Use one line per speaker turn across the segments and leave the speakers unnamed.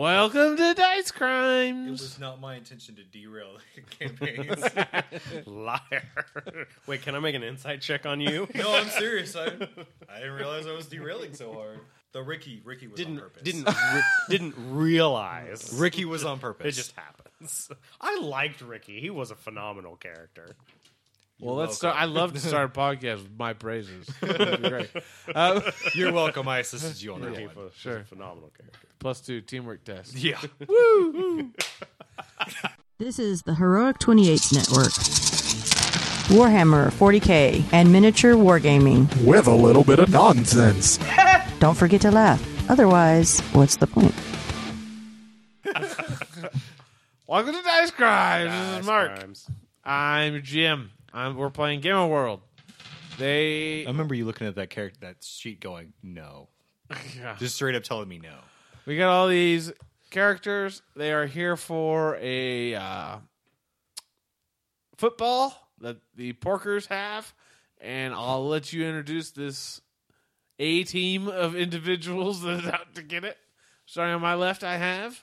Welcome to Dice
It
Crimes.
was not my intention to derail the campaigns.
Liar. Wait, can I make an insight check on you?
no, I'm serious. I, I didn't realize I was derailing so hard. The Ricky, Ricky was
didn't
on purpose.
didn't re- didn't realize
Ricky was on purpose?
It just happens. I liked Ricky. He was a phenomenal character.
Well, let's start. I love to start a podcast with my praises. That'd be great.
You're welcome. I assisted you on that
Ricky
one.
was
sure.
a phenomenal character.
Plus two teamwork test.
Yeah.
This is the Heroic 28s Network. Warhammer 40k and miniature wargaming.
with a little bit of nonsense.
Don't forget to laugh. Otherwise, what's the point?
Welcome to Dice Crimes. this
Dice
is Mark.
Crimes.
I'm Jim. I'm, we're playing Game of World. They
I remember you looking at that character, that sheet, going, "No," just straight up telling me no.
we got all these characters. They are here for a uh, football that the Porkers have, and I'll let you introduce this A team of individuals that is out to get it. Starting on my left, I have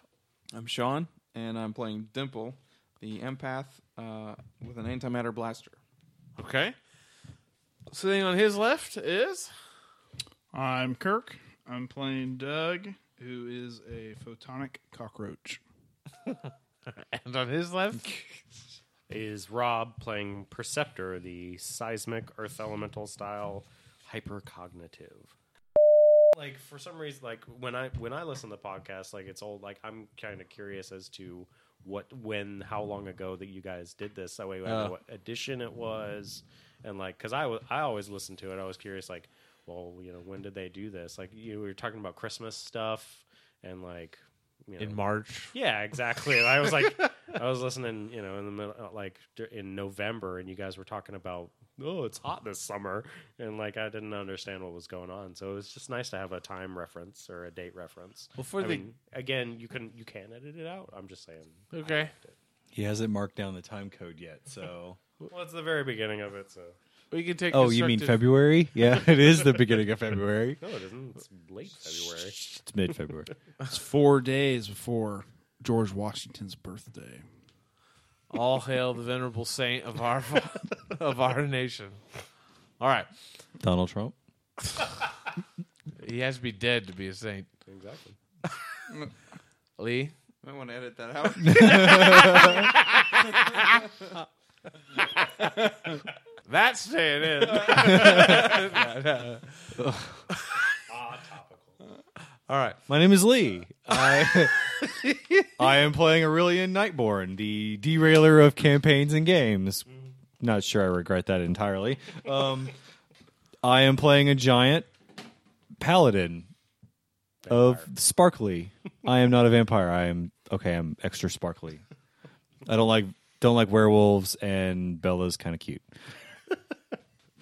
I'm Sean, and I'm playing Dimple, the empath uh, with an antimatter blaster.
okay. Sitting on his left is
I'm Kirk. I'm playing Doug, who is a photonic cockroach.
and on his left
Is Rob playing Perceptor, the seismic earth elemental style hypercognitive? Like for some reason, like when I when I listen to podcasts, like it's old. Like I'm kind of curious as to what, when, how long ago that you guys did this. That way, I know what edition it was, and like because I wa- I always listen to it. I was curious, like, well, you know, when did they do this? Like you were talking about Christmas stuff and like you know,
in March.
yeah, exactly. I was like, I was listening, you know, in the middle, uh, like dur- in November, and you guys were talking about, oh, it's hot this summer, and like I didn't understand what was going on. So it was just nice to have a time reference or a date reference.
Well, for
I
the-
mean, again, you can you can edit it out. I'm just saying.
Okay.
He hasn't marked down the time code yet. So,
Well, it's the very beginning of it, so
We can take.
oh, you mean
constructive-
February? Yeah, it is the beginning of February.
no, it isn't. It's late February.
It's mid-February.
That's four days before George Washington's birthday.
All hail the venerable saint of our of our nation. All right,
Donald Trump.
he has to be dead to be a saint.
Exactly.
Lee,
I want to edit that out.
that's staying in. All right,
My name is Lee. I I am playing Aurelian Nightborn, the derailer of campaigns and games. Not sure I regret that entirely. Um, I am playing a giant paladin of sparkly. I am not a vampire. I am okay. I'm extra sparkly. I don't like don't like werewolves, and Bella's kind of cute.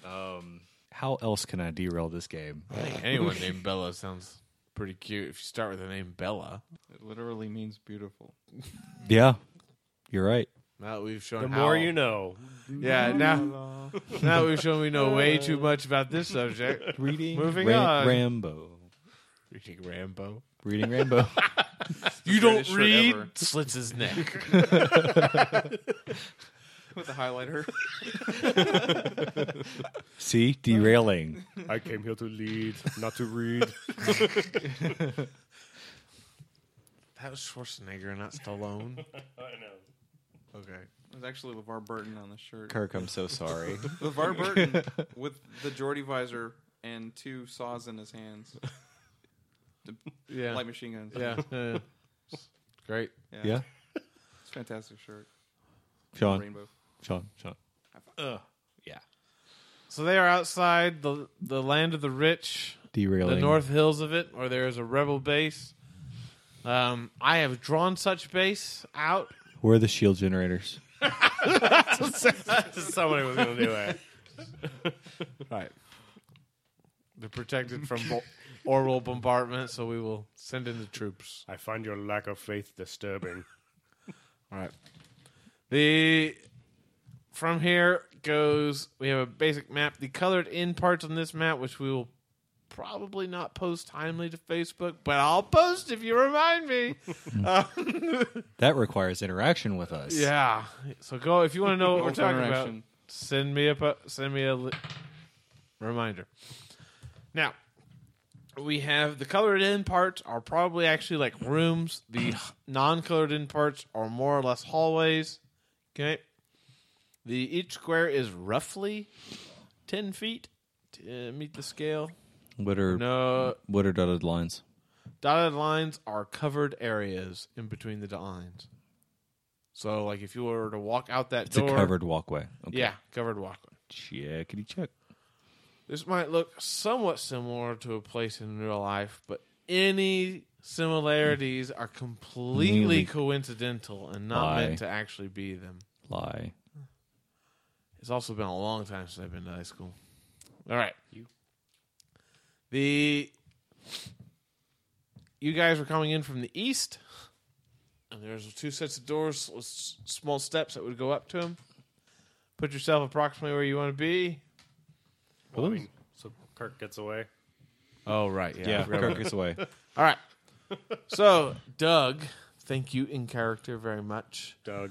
Um, how else can I derail this game?
I think anyone named Bella sounds pretty cute. If you start with the name Bella,
it literally means beautiful.
Yeah, you're right.
now that we've shown
The
how-
more you know.
Yeah, now now that we've shown we know way too much about this subject.
Reading
Moving
Ra-
on.
Rambo.
Reading Rambo.
Reading Rambo.
You
greatest
don't
shirt
read.
ever.
Slits his neck.
With a highlighter.
See, derailing.
I came here to lead, not to read.
that was Schwarzenegger, not Stallone.
I know.
Okay.
It was actually LeVar Burton on the shirt.
Kirk, I'm so sorry.
LeVar Burton with the Geordie visor and two saws in his hands.
Yeah.
Light machine guns.
yeah. Great.
Yeah.
yeah,
It's a fantastic shirt.
Sean,
Rainbow.
Sean, Sean. yeah,
So they are outside the the land of the rich,
derailing.
the North Hills of it, where there is a rebel base. Um, I have drawn such base out.
We're the shield E generators.
Somebody was going to do it.
Right. They're protected from bo- orbital bombardment, so we will send in the troops.
I find your lack of faith disturbing.
All right. The from here goes. We have a basic map. The colored in parts on this map, which we will probably not post timely to Facebook, but I'll post if you remind me. Uh,
That requires interaction with us.
yeah. So go if you want to know what we're
Open
talking about.
interaction.
Send me a po- send me a li- reminder. Now we have the colored in parts are probably actually like rooms. The non colored in parts are more or less hallways. Okay. The each square is roughly ten feet to meet the scale.
What are
No,
what are dotted lines?
dotted lines are covered areas in between the dot lines. So, like, if you were to walk out that
It's
door,
a covered walkway. Okay.
yeah, covered walkway.
Checkity check.
This might look somewhat similar to a place in real life, but any similarities are completely
Really?
coincidental and not
Why?
meant to actually be them.
Lie.
It's also been a long time since I've been to high school. All right. The you guys were coming in from the east, and there's two sets of doors with s- small steps that would go up to them. Put yourself approximately where you want to be.
Well, I mean, so Kirk gets away.
Oh right,
Yeah, Kirk is away.
All right. So Doug, thank you in character very much.
Doug.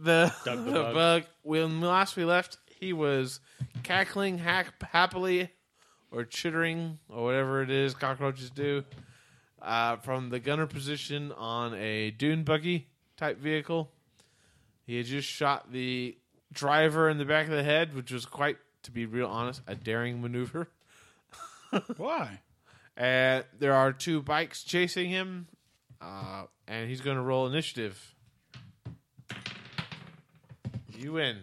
the,
Doug
the,
the
bug.
bug.
When last we left, he was cackling hack- happily or chittering or whatever it is cockroaches do uh, from the gunner position on a dune buggy type vehicle. He had just shot the driver in the back of the head, which was quite, to be real honest, a daring maneuver.
Why?
And there are two bikes chasing him, uh, and he's going to roll initiative. You win.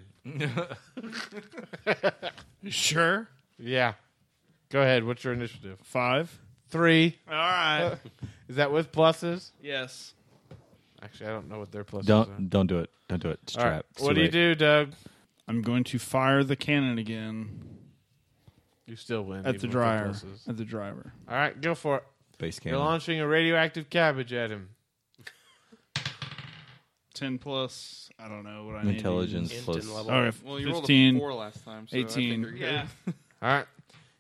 Sure.
Yeah. Go ahead. What's your initiative?
Five.
Three.
All right.
Is that with pluses?
Yes.
Actually, I don't know what their pluses are.
Don't don't do it. Don't do it. It's
All right.
trap. It's
What
too
do you
late.
do, Doug?
I'm going to fire the cannon again
You still win
at
even
the
with
dryer.
pluses.
At the driver.
All right, go for it.
Base
You're
camp.
launching a radioactive cabbage at him.
Ten plus. I don't know what I need. to
Intelligence
Int
plus.
and level.
use. All right.
Well, you
Fifteen.
rolled a four last time. So
18.
I think you're good.
All right,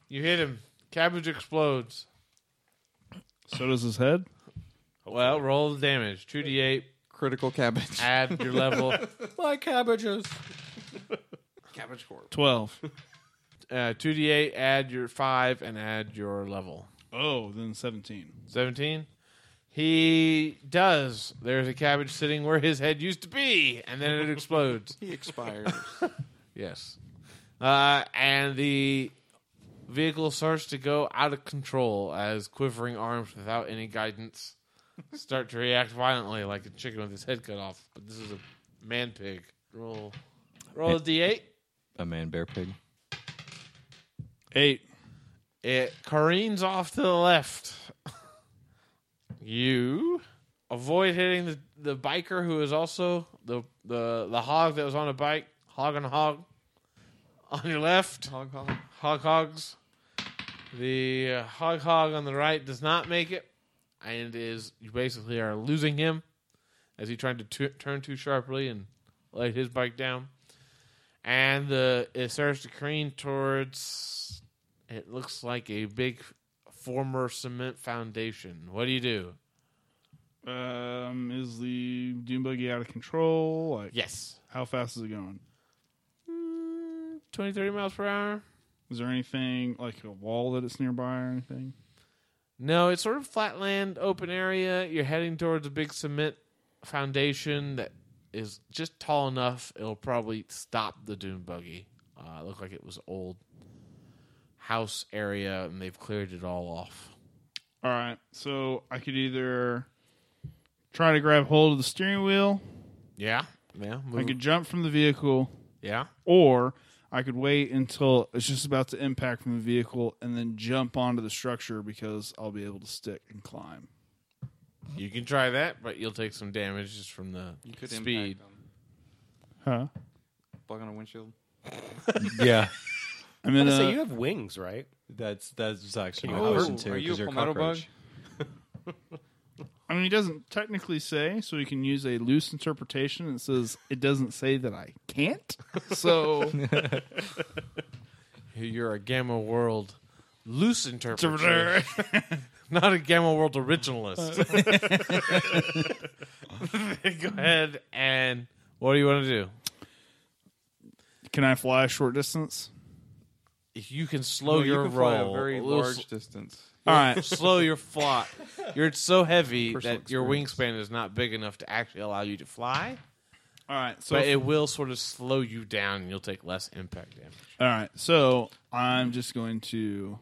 you hit him. Cabbage explodes.
So does his head.
Well, roll the damage. Two d eight.
Critical cabbage.
Add your level.
My cabbages.
cabbage corp.
Twelve.
Uh, Two d eight. Add your five and add your level.
Oh, then seventeen.
17. He does. There's a cabbage sitting where his head used to be, and then it explodes.
He expires.
yes. Uh, and the vehicle starts to go out of control as quivering arms without any guidance start to react violently like a chicken with his head cut off. But this is a man pig. Roll, roll a d8.
A man bear pig.
Eight.
It careens off to the left. You avoid hitting the, the biker who is also the, the the hog that was on a bike, hog and hog. On your left,
Hog hog.
hog hogs. The uh, hog hog on the right does not make it, and is you basically are losing him as he tried to tu- turn too sharply and laid his bike down. And the it starts to careen towards. It looks like a big former cement foundation. What do you do?
Um, is the dune buggy out of control? Like,
Yes,
how fast is it going?
mm, 20, 30 miles per hour.
Is there anything like a wall that it's nearby or anything?
No, it's sort of flat land, open area. You're heading towards a big cement foundation that is just tall enough. It'll probably stop the dune buggy. Uh, it looked like it was old house area, and they've cleared it all off.
All right, so I could either try to grab hold of the steering wheel,
Yeah, yeah,
I
move-
could jump from the vehicle,
yeah.
or I could wait until it's just about to impact from the vehicle and then jump onto the structure because I'll be able to stick and climb.
You can try that, but you'll take some damage just from the
You could
speed.
impact them.
Huh?
Bug on a windshield.
Yeah.
I'm in
uh,
I say
a,
you have wings, right?
That's that's actually
Can
my
you
option
hurt-
too.
Oh, are you
'cause
a
you're
palmetto bug?
cockroach.
I mean, he doesn't technically say, so he can use a loose interpretation. It says it doesn't say that I can't.
So you're a gamma world. loose interpreter, not a Gamma World originalist. Go ahead and what do you want to do?
Can I fly a short distance?
If you can slow
you
your
can fly
roll,
a very
little
large
sl-
distance.
All right.
slow your fly. You're so heavy
Personal
that your wingspan is not big enough to actually allow you to fly,
All right. So
but it will sort of slow you down, and you'll take less impact damage.
all right. So I'm just going to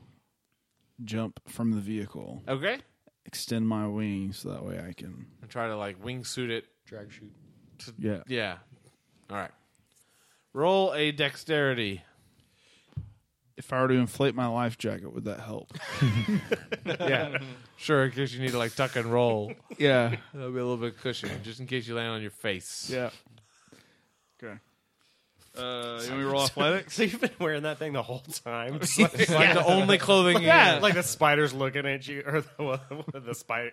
jump from the vehicle,
Okay,
extend my wings so that way I can.
and try to like wingsuit it.
Drag shoot.
Yeah.
Yeah. All right. Roll a dexterity.
If I were to inflate my life jacket, would that help?
Yeah. sure, in case you need to like tuck and roll.
yeah.
That'll be a little bit of cushion, just in case you land on your face.
Yeah. Okay. Uh, you want me to roll athletics?
So you've been wearing that thing the whole time. It's like,
It's like the only clothing.
yeah, like the spider's looking at you, or the, the spider,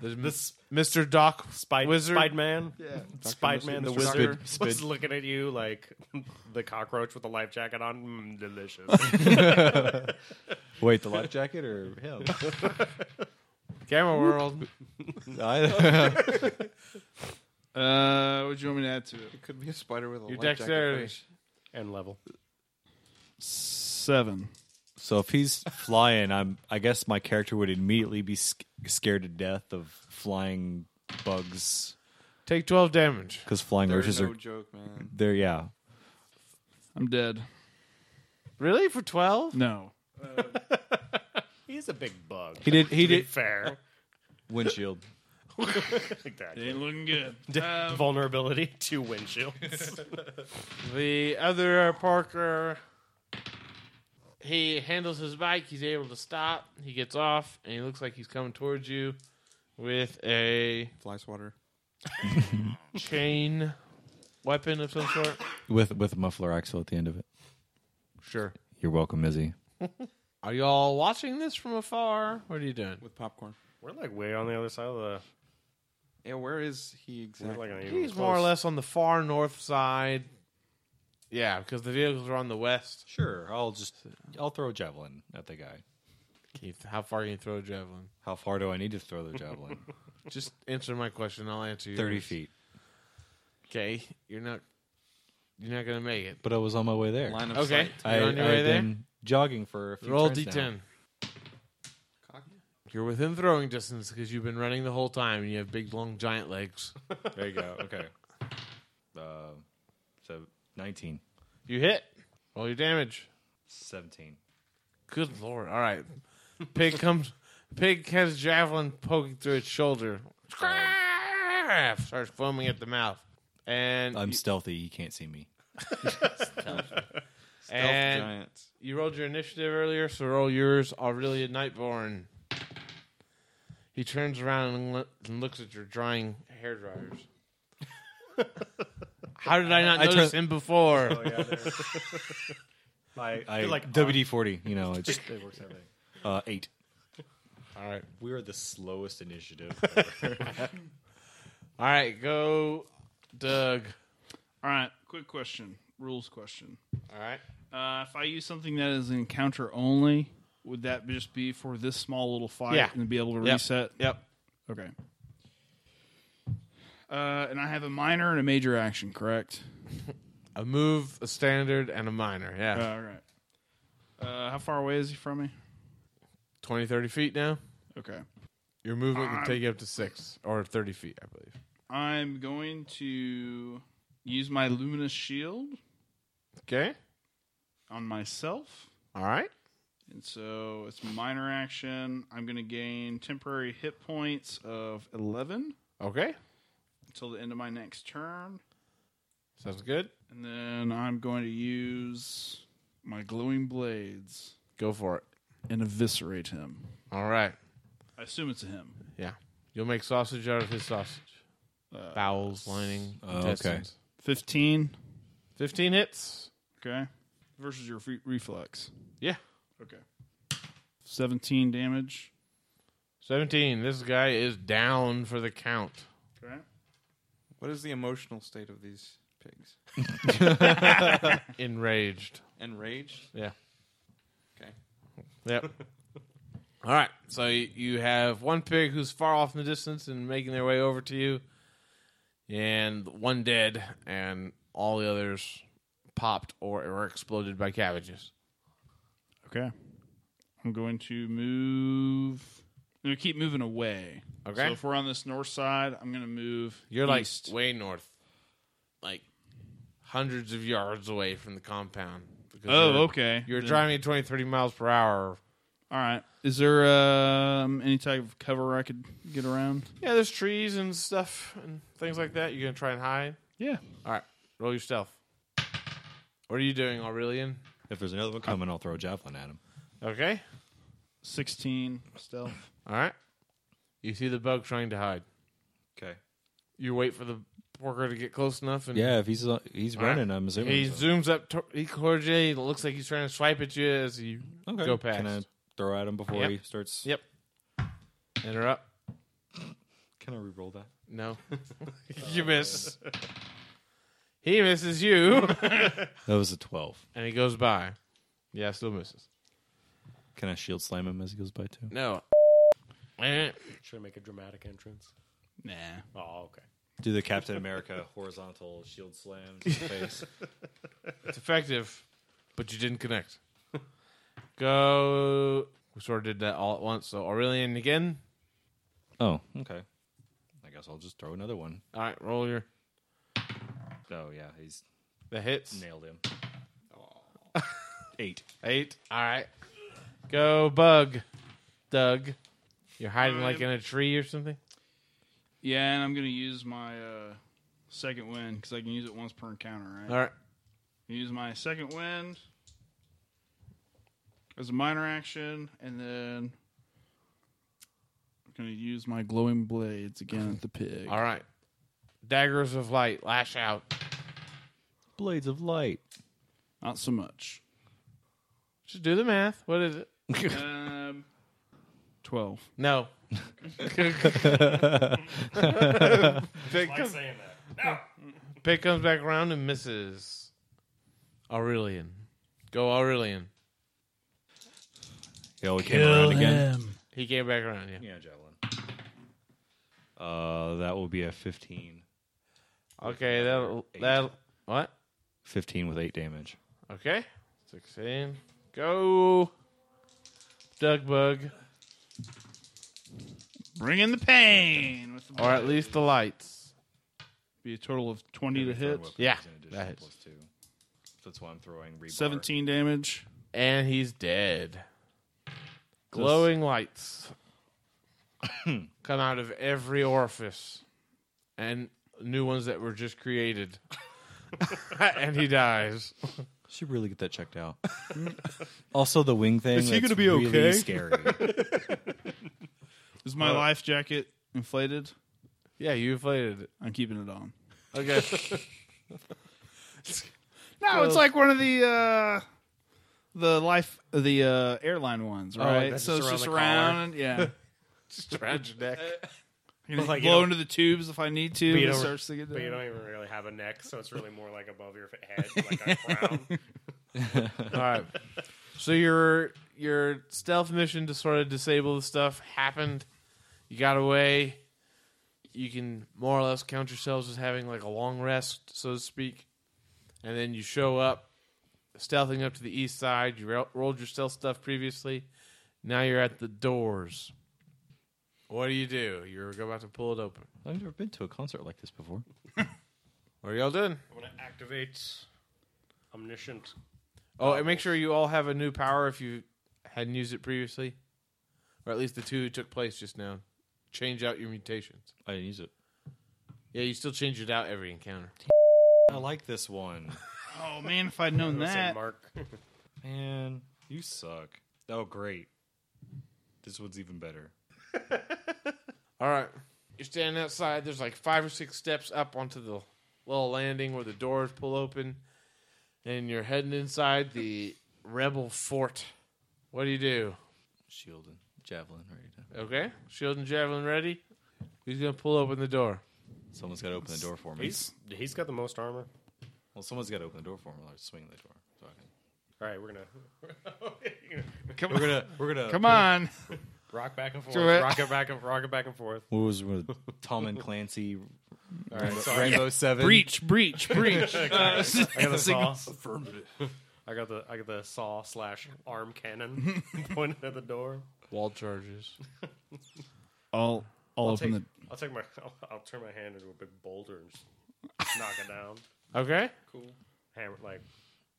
There's
the s-
Mr. Doc
spide,
Wizard.
Spide Man, Spide Man, the
Mr.
wizard,
Spid- Spid.
was looking at you like the cockroach with the life jacket on. Mm, delicious.
Wait, the life jacket or him?
Camera World.
I,
Uh, what do you want me to add to it?
It could be a spider with a
Your
life jacket
dexterity.
finish.
and level.
Seven.
so if he's flying, I'm. I guess my character would immediately be sc- scared to death of flying bugs
Take 12 damage.
because flying
They're
roaches
no
are
joke, man.
there. Yeah,
I'm dead.
Really? For 12?
No.
He's a big bug.
he did. He
To be
did
fair.
windshield.
exactly.
Ain't looking good.
Vulnerability to windshields.
The other Parker, he handles his bike. He's able to stop. He gets off, and he looks like he's coming towards you with a
Fly swatter.
chain weapon of some sort.
with with a muffler axle at the end of it.
Sure.
You're welcome, Izzy.
Are y'all watching this from afar? What are you doing?
With popcorn.
We're like way on the other side of the.
Yeah, where is he exactly?
We're like not even
He's
close.
more or less on the far north side. Yeah, because the vehicles are on the west.
Sure, I'll just I'll throw a javelin at the guy.
Keith, how far can you throw a javelin?
How far do I need to throw the javelin?
Just answer my question. I'll answer you.
Thirty feet.
Okay, you're not. You're not gonna make it.
But I was on my way there.
Line of
Okay,
sight.
you're on your way
I've
there.
been jogging for a few
Roll
turns
d10.
now.
You're within throwing distance because you've been running the whole time, and you have big, long, giant legs.
There you go. Okay. Uh, so 19,
You hit. Roll your damage.
17.
Good lord! All right, pig comes. Pig has javelin poking through its shoulder. Starts foaming at the mouth, and
I'm
you,
stealthy. You can't see me.
Stealth
and
giants.
you rolled your initiative earlier, so roll yours. Aurelia Nightborn. He turns around and, lo- and looks at your drying hair dryers. How did I not
I
notice
turn-
him before?
My,
I
uh,
Oh, like
like WD 40. You know, it just
It works everything.
uh, eight.
All right,
We are the slowest initiative.
all right, go, Doug.
All right. Quick question. Rules question.
All right.
Uh, if I use something that is encounter only, would that just be for this small little fight
Yeah.
and be able to
Yep.
reset?
Yep.
Okay. Uh, and I have a minor and a major action, correct?
A move, a standard, and a minor. Yeah.
Uh, all right. Uh, how far away is he from me?
20, 30 feet now.
Okay.
Your movement can take you up to six or 30 feet, I believe.
I'm going to use my luminous shield
Okay.
on myself.
All right.
And so it's minor action. I'm going to gain temporary hit points of 11
Okay.
until the end of my next turn.
Sounds good.
And then I'm going to use my glowing blades
Go for it.
and eviscerate him.
All right.
I assume it's a him.
Yeah. You'll make sausage out of his sausage. Bowels, lining,
okay.
intestines.
15.
15 hits.
Okay. Versus your fre- reflex.
Yeah.
Okay. 17 damage.
17. This guy is down for the count.
Okay.
What is the emotional state of these pigs?
Enraged.
Enraged.
Yeah.
Okay.
Yep. All right. So you you have one pig who's far off in the distance and making their way over to you, and one dead, and all the others popped or, or exploded by cabbages.
Okay. I'm going to move. I'm going to keep moving away.
Okay.
So if we're on this north side, I'm going to move.
You're like
east.
way north, like hundreds of yards away from the compound. Because
oh,
you're-
okay.
You're
Then-
driving at 20, 30 miles per hour.
All right. Is there um, any type of cover I could get around?
Yeah, there's trees and stuff and things like that. You're going to try and hide?
Yeah.
All right, roll your stealth. What are you doing, Aurelian?
If there's another one coming, I'll throw a javelin at him.
Okay.
16 stealth.
All right. You see the bug trying to hide.
Okay.
You wait for the worker to get close enough, and
Yeah, if he's uh, he's
right.
running, I'm assuming.
he
so.
zooms up to- he towards you. It looks like he's trying to swipe at you as you
Okay.
go past.
Can I throw at him before
Yep.
he starts?
Yep. And her up.
Can I re-roll that?
No. you miss. He misses you.
That was a twelve.
and he goes by. Yeah, still misses.
Can I shield slam him as he goes by too?
No. Eh.
Should I make a dramatic entrance?
Nah.
Oh, okay.
Do the Captain America horizontal shield slam to the face?
It's effective, but you didn't connect. Go. We sort of did that all at once. So Aurelian again.
Oh, okay. I guess I'll just throw another one.
All right, roll your
Oh yeah, he's
the hits.
nailed him. Eight.
Eight. All right. Go bug, Doug. You're hiding like in a tree or something.
Yeah, and I'm going to use my uh, second win because I can use it once per encounter, right?
All right.
Use my second wind as a minor action, and then I'm gonna use my glowing blades again at the pig.
All right. Daggers of light lash out.
Blades of light.
Not so much.
Just do the math. What is it?
Um, Twelve.
No. Pick,
Like
comes-
saying that. No.
pick comes back around and misses. Aurelian. Go Aurelian.
Yeah, we came around again.
He came back around, yeah.
Yeah, javelin. Uh, that will be a fifteen.
Okay, that'll
Eight.
that'll what?
Fifteen with eight damage.
Okay. Sixteen. Go Doug Bug.
Bring in the pain. With the
Or at least the lights.
be a total of twenty to hit.
Yeah,
Is an additional
that hits.
plus two. That's why I'm throwing rebar.
Seventeen damage.
And he's dead. Glowing lights come out of every orifice. And new ones that were just created. and he dies.
Should really get that checked out. also, the wing thing.
Is he
that's
gonna be
really
okay?
Scary.
Is my life jacket inflated?
Yeah, you inflated it.
I'm keeping it on.
Okay.
No, it's like one of the uh, the life the uh, airline ones, right?
that's
so
just
it's
around
just
the collar.
around, yeah.
Just around your neck.
You know,
like, you
blow
don't-
into the tubes if I need to.
you
it
don't-
starts to get
But you
down.
don't even really have a neck, so it's really more like above your head, like a crown.
All right. So your your stealth mission to sort of disable the stuff happened. You got away. You can more or less count yourselves as having like a long rest, so to speak. And then you show up, stealthing up to the east side. You ro- rolled your stealth stuff previously. Now you're at the doors. What do you do? You're about to pull it open.
I've never been to a concert like this before.
What are y'all doing?
I'm gonna activate omniscient.
Oh, and make sure you all have a new power if you hadn't used it previously, or at least the two who took place just now. Change out your mutations.
I didn't use it.
Yeah, you still change it out every encounter.
I like this one.
Oh man, if I'd known
I'm gonna say
that.
Mark.
Man, you suck. Oh, great. This one's even better.
All right, you're standing outside. There's like five or six steps up onto the little landing where the doors pull open, and you're heading inside the rebel fort. What do you do?
Shield and javelin ready to.
Okay, shield and javelin ready. Who's gonna pull open the door?
Someone's got to open the door for me.
He's he's got the most armor.
Well, someone's got to open the door for me. I'll swing the door. So I can
All right, we're gonna
Come
we're
on.
gonna we're gonna
Come on.
rock back and forth,
Do it.
rock it back and rock it back and forth.
What was with Tom and Clancy?
All right, sorry.
Rainbow Seven.
breach, breach, breach. Uh,
I got the saw. I got the I got the saw slash arm cannon pointed at the door.
Wall charges.
I'll, I'll
I'll
open
take,
the.
I'll take my I'll, I'll turn my hand into a big boulder and just knock it down.
Okay.
Cool. Hammer like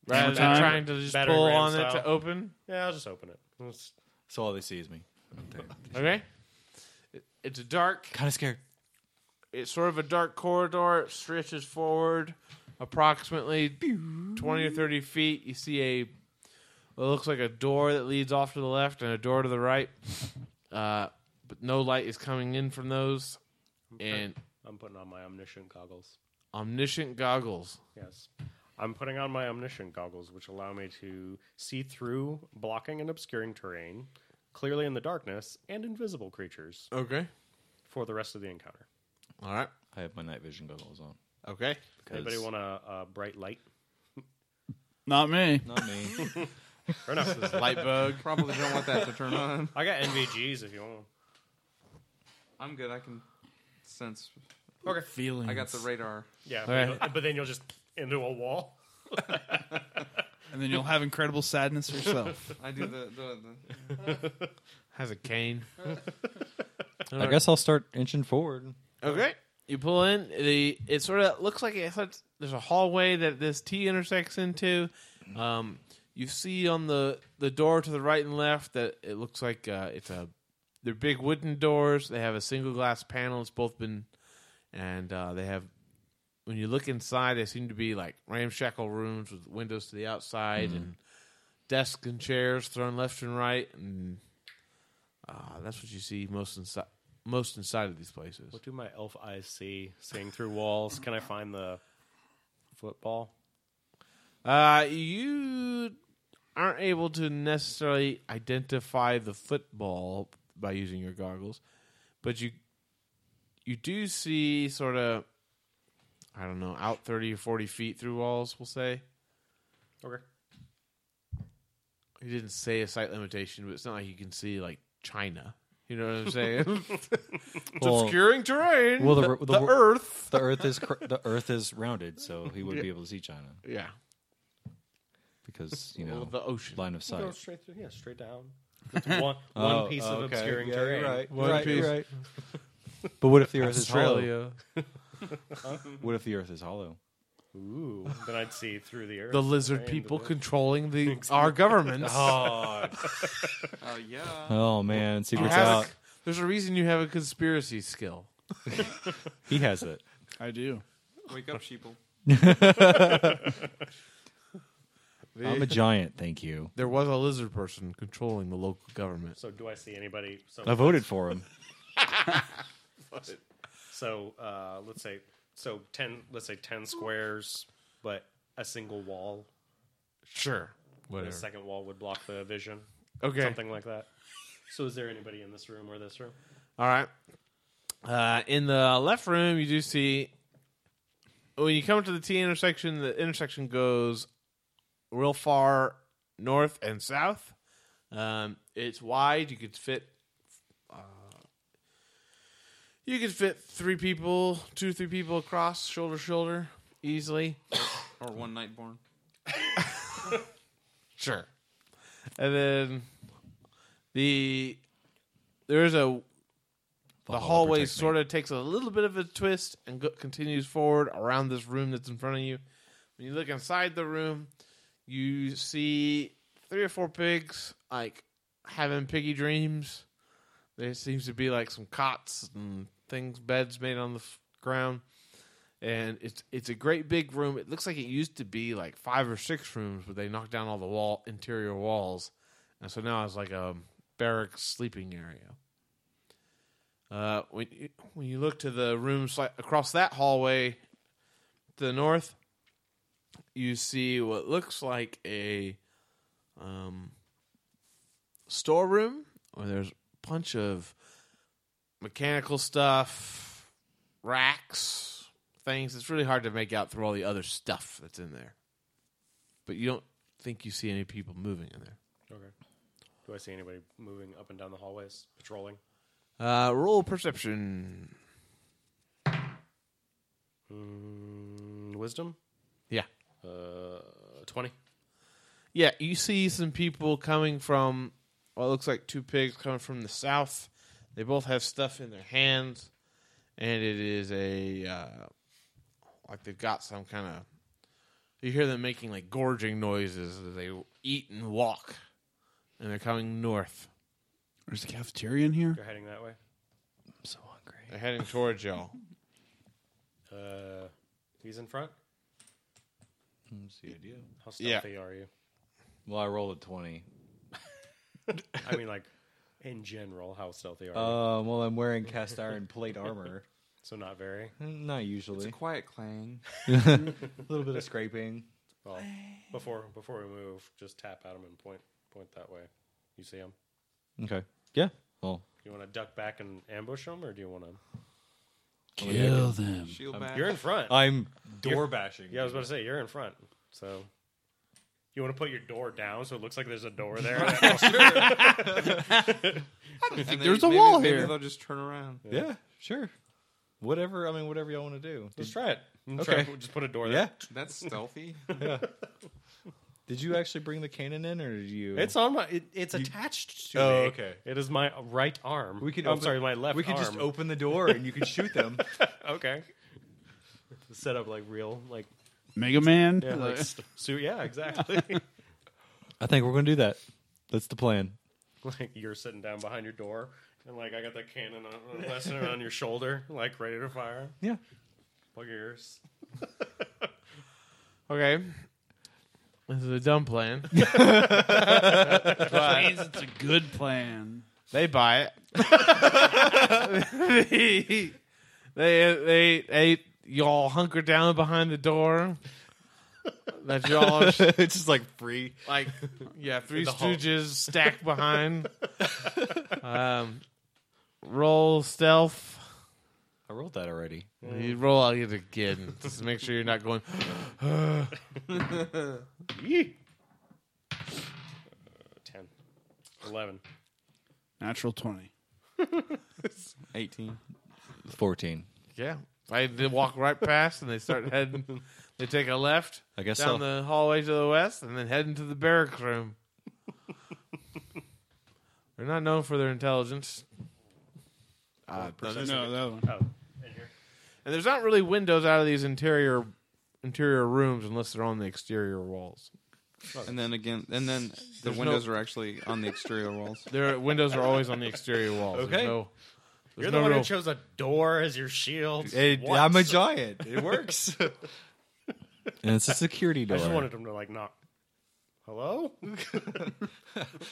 Rather than
time.
trying to just
Battering
pull
ram
on it
style.
to open.
yeah, I'll just open it. Let's-
So all they see is me.
Okay. It- It's a dark
Kind of scared.
it's sort of a dark corridor. It stretches forward approximately 20 or 30 feet. You see a what looks like a door that leads off to the left and a door to the right. Uh, but no light is coming in from those. And
I'm putting on my omniscient goggles.
omniscient goggles.
Yes. I'm putting on my omniscient goggles, which allow me to see through blocking and obscuring terrain, clearly in the darkness, and invisible creatures
Okay.
for the rest of the encounter.
All right.
I have my night vision goggles on.
Okay.
'cause-
Anybody want a, a bright light?
Not me.
Not me.
Or no.
Light bug.
Probably don't want that to turn on.
I got NVGs if you want.
I'm good. I can sense.
Okay.
Feeling.
I got the radar.
Yeah.
right.
but- But then you'll just into a wall.
And then you'll have incredible sadness yourself.
I do the, the, the
Has a cane.
I guess I'll start inching forward.
Okay. You pull in the. It sort of looks like it's like there's a hallway that this T intersects into. Um, you see on the the door to the right and left that it looks like uh, it's a. They're big wooden doors. They have a single glass panel. It's both been, and uh, they have. When you look inside, they seem to be like ramshackle rooms with windows to the outside and desks and chairs thrown left and right, and uh, that's what you see most inside. Most inside of these places.
What do my elf eyes see? Seeing through walls. Can I find the football?
Uh, you aren't able to necessarily identify the football by using your goggles, but you you do see sort of I don't know out thirty or forty feet through walls. We'll say
Okay.
you didn't say a sight limitation, but it's not like you can see like China. You know what I'm saying? it's
Well-
obscuring terrain.
Well,
Well, the,
the- the-
the Earth.
The Earth is cr- the Earth is rounded, so he would be able to see China
yeah.
because you
Well,
know
the ocean.
line of
Go
sight.
straight through. Yeah, straight down. It's one one
Oh,
piece of
okay.
obscuring
Yeah, you're
terrain.
Right,
One
right, you're
piece.
right. But what if the Earth is hollow?
Australia.
What if the Earth is hollow?
Ooh. Then I'd see through the earth.
The lizard
Right,
people
the-
controlling the our governments.
Oh,
oh yeah.
oh man,
You
secrets
have a-
out.
there's a reason you have a conspiracy skill.
He has it.
I do.
Wake up, sheeple.
I'm a giant. Thank you.
There was a lizard person controlling the local government.
So do I see anybody? So
I voted for him.
So uh, let's say so ten. Let's say ten squares, but a single wall.
Sure.
The
Whatever.
second wall would block the vision.
Okay.
Something like that. So is there anybody in this room or this room?
All right. Uh, in the left room, you do see when you come to the T intersection, the intersection goes real far north and south. Um, it's wide. You could fit. Uh, you could fit three people, two, three people across, shoulder, shoulder, easily.
Or one night born.
Sure. And then the there's a the, hallway sort of takes a little bit of a twist and go, continues forward around this room that's in front of you. When you look inside the room, you see three or four pigs like having piggy dreams. There seems to be like some cots and things, beds made on the f- ground, and it's it's a great big room. It looks like it used to be like five or six rooms, but they knocked down all the wall interior walls, and so now it's like a barracks sleeping area. Uh, when you, when you look to the room sli- across that hallway to the north, you see what looks like a um, storeroom where there's a bunch of mechanical stuff, racks, things. It's really hard to make out through all the other stuff that's in there. But you don't think you see any people moving in there.
Okay. Do I see anybody moving up and down the hallways, patrolling?
Uh, roll perception.
Mm, wisdom?
Yeah.
Uh, 20.
Yeah, you see some people coming from what looks like two pigs coming from the south. They both have stuff in their hands, and it is a uh, like they've got some kind of. You hear them making like gorging noises as they eat and walk, and they're coming north.
There's a cafeteria in here.
They're heading that way.
They're heading towards y'all.
Uh, he's in front.
What's the idea?
How
Yeah.
stealthy are you?
Well, I rolled a twenty.
I mean, like, in general, how stealthy are you?
Um, well, I'm wearing cast iron plate armor.
So not very.
Not
It's
usually.
a quiet clang.
a little bit of scraping.
Well, before before we move, just tap at him and point point that way. You see him?
Okay. Yeah. Well,
You want to duck back and ambush him, or do you want to?
Kill them.
Shield
Uh,
back.
You're in front.
I'm door bashing.
yeah, I was about to say you're in front. So you want to put your door down so it looks like there's a door there.
And they-
there's a
maybe-
wall
maybe
here.
They'll just turn around.
Yeah. Sure. Whatever. I mean, whatever y'all want to do.
Let's try it. Let's try
Okay.
it. just put a door
Yeah.
there.
That's stealthy.
Did you actually bring the cannon in, or did you?
It's on my. It, it's attached to
Oh,
me.
okay.
It is my right arm. Oh,
We could
I'm
open-
sorry, my left.
we could just
arm.
open the door and you can shoot them.
okay. Set up like real, like,
Mega Man.
yeah, like st- so, yeah, exactly.
I think we're gonna do that. That's the plan.
like you're sitting down behind your door, and like I got that cannon on, lesson on your shoulder, like ready to fire.
Yeah.
Plug your ears.
Okay, this is a dumb plan.
means it's a good plan.
They buy it. they, they they y'all hunker down behind the door. That y'all are,
it's just like free.
like yeah, three
the hall.
stooges stacked behind. um, roll stealth.
I rolled that already.
You roll out it again. Just to make sure you're not going.
Yee. Uh, 10, 11.
Natural 20.
18.
Fourteen.
Yeah, I they walk right past and they start heading. They take a left
I guess
down
so.
the hallway to the west and then head into the barrack room. They're not known for their intelligence. Uh,
No, that one.
Oh, in here.
and there's not really windows out of these interior interior rooms unless they're on the exterior walls.
And then again, and then the
There's
windows are actually on the exterior walls.
Their windows are always on the exterior walls.
Okay.
There's no, there's
You're
no
the one
real,
who chose a door as your shield. What?
I'm a giant. It works. and it's a security door.
I just wanted him to like knock. Hello?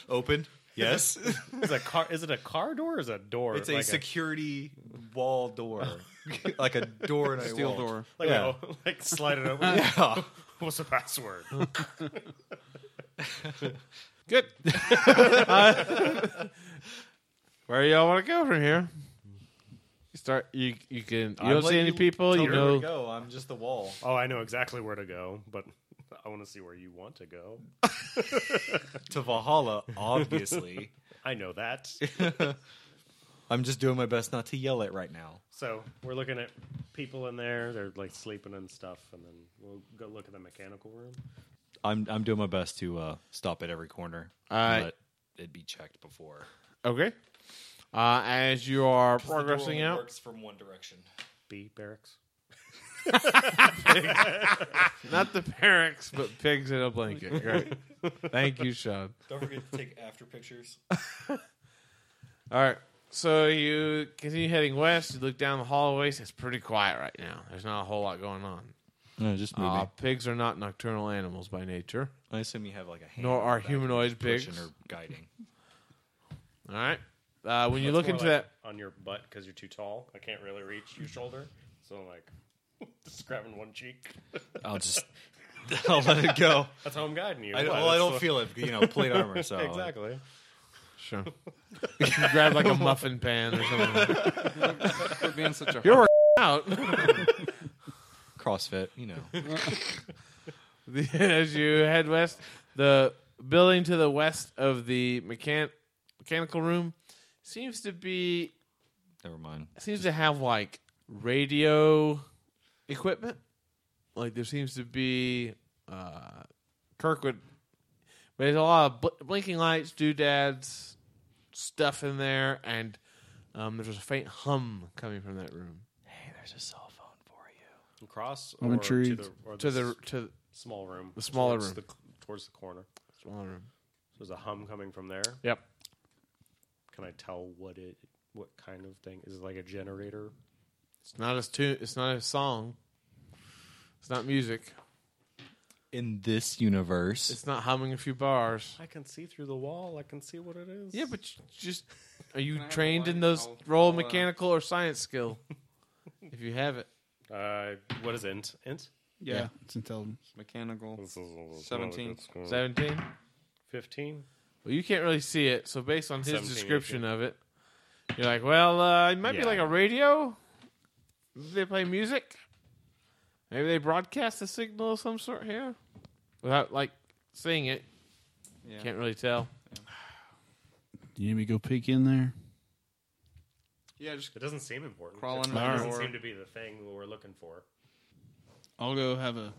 open. Yes.
Is a car? Is it a car door? or Is it a door?
it's a
like
security wall door, like a door in a
Steel
wall. Oh,
door.
like,
yeah.
oh, like slide it open.
Yeah.
What's the password?
good. Uh, where y'all want to go from here? You start. You you can. You don't see any people. You know.
go. I'm just the wall.
oh, I know exactly where to go, but I want to see where you want to go.
To Valhalla, obviously.
I know that.
I'm just doing my best not to yell it right now.
So we're looking at people in there. They're like sleeping and stuff, and then we'll go look at the mechanical room.
I'm I'm doing my best to uh, stop at every corner.
Uh,
but it'd be checked before.
Okay. Uh, as you are progressing out,
works from one direction.
B barracks.
not the barracks, but pigs in a blanket. Great. Thank you, Sean.
Don't forget to take after pictures.
All right. So you continue heading west. You look down the hallways. It's pretty quiet right now. There's not a whole lot going on.
No, just moving.
Uh, pigs are not nocturnal animals by nature,
I assume you have like a hand.
nor are
back there
humanoid pigs.
pushing or guiding.
All right. Uh, when you look into that,
on your butt because you're too tall. I can't really reach your shoulder, so I'm like just grabbing one cheek.
I'll just I'll let it go.
That's how I'm guiding you.
I don't,
What?
well, I
That's
don't
the-
feel it, you know, plate armor. So
exactly.
sure. you grab like a muffin pan or something
Quit being such a
You're- out.
CrossFit, you know.
as you head west, the building to the west of the mechan- mechanical room seems to be
Never mind.
seems to have like radio equipment. Like there seems to be uh, Kirkwood, but there's a lot of bl- blinking lights, doodads, stuff in there, and um, there's a faint hum coming from that room
Across
I'm
or to
intrigued.
the, or
to
the
the
s-
to
small room.
the smaller
towards
room.
The, towards the corner.
the smaller room.
So there's a hum coming from there.
Yep.
Can I tell what it what kind of thing? Is it like a generator?
It's not a tune. It's not a song. It's not music.
In this universe,
It's not humming a few bars.
I can see through the wall. I can see what it is.
Yeah, but you just are you
I have a
trained in
light?
those
I'll-
roll
I'll, uh,
mechanical or science skill? if you have it,
Uh, what is int? Int?
Yeah,
Yeah.
it's intelligence.
Mechanical. 17.
seventeen.
15?
Well, you can't really see it, so based on his
17,
description of it, you're like, well, uh, it might be
Yeah.
like a radio. They play music. Maybe they broadcast a signal of some sort here, without like seeing it.
Yeah.
Can't really tell.
You need me to go peek in there?
Yeah, just
It doesn't seem important.
Crawl
It's-
under
It
the
doesn't
door.
seem to be the thing we're looking for.
I'll go have a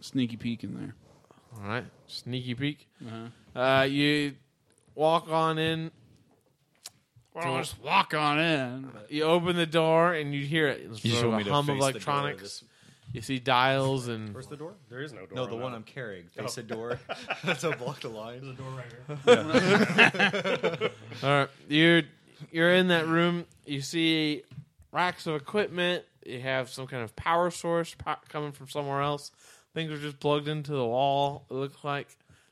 sneaky peek in there.
All right, sneaky peek.
Uh-huh.
Uh, you walk on in.
Well, just walk on in.
You open the door and you hear it. It's
You just
sort of
want
a
me to
hum of
face the door
electronics.
this-
You see dials and
Where's the door? There is no door.
no, the
on
one
that.
I'm carrying. Face a door. That's a block the line.
door right here.
all right. You're you're in that room. You see racks of equipment. You have some kind of power source po- coming from somewhere else. Things are just plugged into the wall. It looks like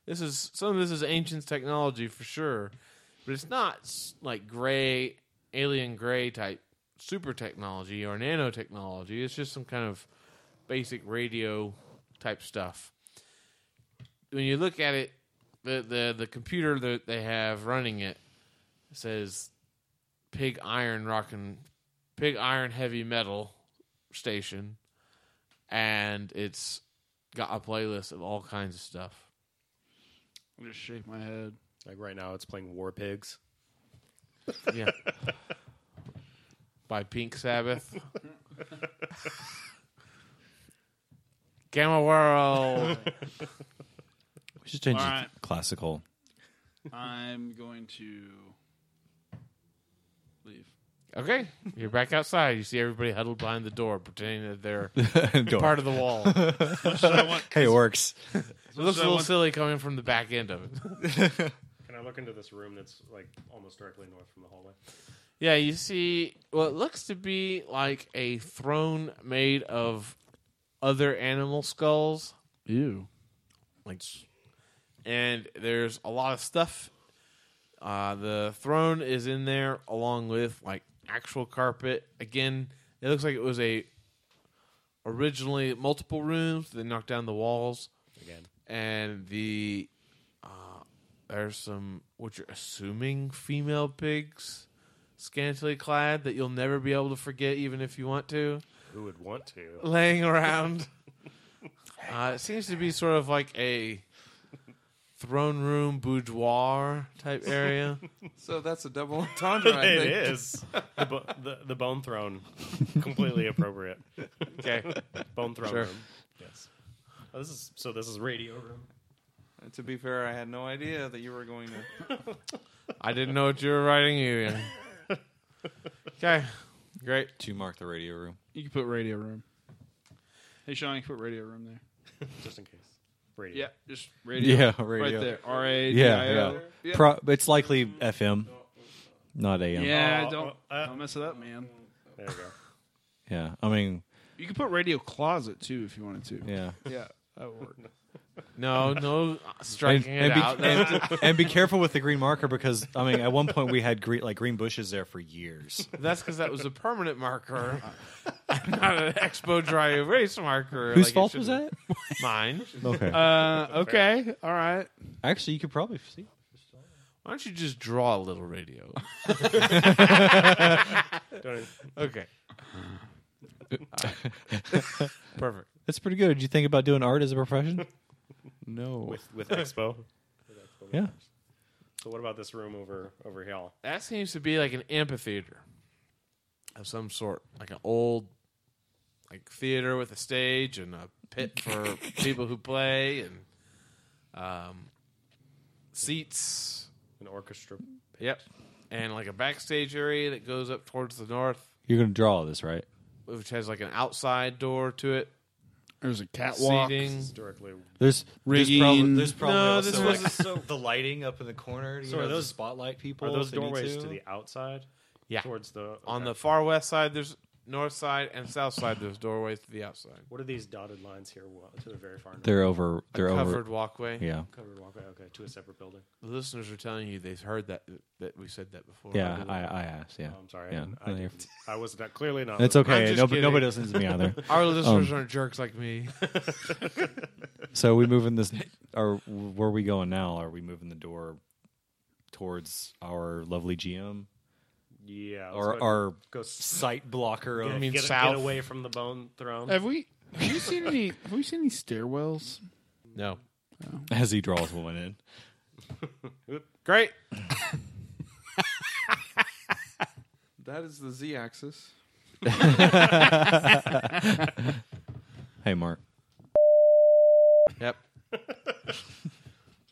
this is some of this is ancient technology for sure, but it's not s- like gray alien gray type super technology or nanotechnology. It's just some kind of basic radio type stuff. When you look at it, the the the computer that they have running it says pig iron rockin' pig iron heavy metal station and it's got a playlist of all kinds of stuff
I'll just shake my head.
Like right now, it's playing War Pigs.
yeah by pink sabbath gamma world
We should change
All
it
right.
to classical.
I'm going to leave.
okay you're back outside you see everybody huddled behind the door pretending that they're
Door.
part of the wall it
hey,
looks
orcs.
a
I
little
want-
silly coming from the back end of it
Can I look into this room that's like almost directly north from the hallway?
Yeah, you see what looks to be like a throne made of other animal skulls.
Ew.
Like, and there's a lot of stuff. Uh, the throne is in there along with like actual carpet. Again, it looks like it was a originally multiple rooms. They knocked down the walls
Again.
and the uh, there's some what you're assuming female pigs scantily clad that you'll never be able to forget even if you want to
Who would want to?
laying around uh, it seems to be sort of like a throne room boudoir type area
so that's a double entendre. I think.
It is. the, bo- the, the Bone Throne. Completely appropriate.
okay
Bone Throne
Sure.
room. Yes. Oh, this is so. This is radio room.
To be fair, I had no idea that you were going to.
i didn't know what you were writing either okay great
To mark the radio room.
You can put radio room. Hey Sean, you can put radio room there.
Just in case. Radio.
Yeah, just radio.
Yeah, radio.
Right there. R A D I
Yeah,
O.
yeah. Pro- it's likely FM, not AM.
Yeah,
Oh,
don't
oh, uh,
don't mess it up, man.
There we go.
Yeah, I mean,
You could put radio closet too if you wanted to.
yeah.
yeah that would work.
no no uh, striking it
be,
out
and- and be careful with the green marker because I mean, at one point we had green like green bushes there for years.
That's because that was a permanent marker, not an Expo Dry Erase marker.
Whose
like it
fault
should
was
be.
that?
Mine.
Okay,
Uh, okay, all right.
actually, you could probably see.
Why don't you just draw a little radio?
Don't,
Okay. Perfect.
That's pretty good. Did you think about doing art as a profession?
No.
with with Expo.
Yeah.
So what about this room over over here?
That seems to be like an amphitheater of some sort, like an old like theater with a stage and a pit for people who play and um, seats.
An orchestra.
Yep, and like a backstage area that goes up towards the north,
You're going to draw all this, right?
which has like an outside door to it.
There's a catwalk.
Seating.
Historically,
There's
Rigging.
There's probably, there's probably
No,
also,
this
like,
was-
the lighting up in the corner. You
So
know,
are
those
those-
spotlight people?
are those
if they need
doorways to the outside?
Yeah,
Towards the
on
okay.
the far west side, there's north side and south side. There's doorways to the outside.
What are these dotted lines here Well, to the very far north?
They're over. They're
a
over.
covered walkway.
Yeah.
covered walkway. Okay, to a separate building.
The listeners are telling you they've heard that that we said that before.
Yeah,
believe.
I, I asked. Yeah.
Oh, I'm sorry.
Yeah.
I, didn't- I was not clearly not.
It's
I'm
okay.
just
Nobody,
kidding.
nobody listens to me either.
Our
Um,
listeners aren't jerks like me.
So we moving this, or where are we going now? Are we moving the door towards our lovely GM
Yeah. let's
or
go-
our
go
sight blocker?
yeah,
Of,
mean
get,
south?
get away from the bone throne.
Have we have we seen any have we seen any stairwells?
No.
as he draws one in.
Great.
That is the Z axis.
Hey, Mark.
Yep.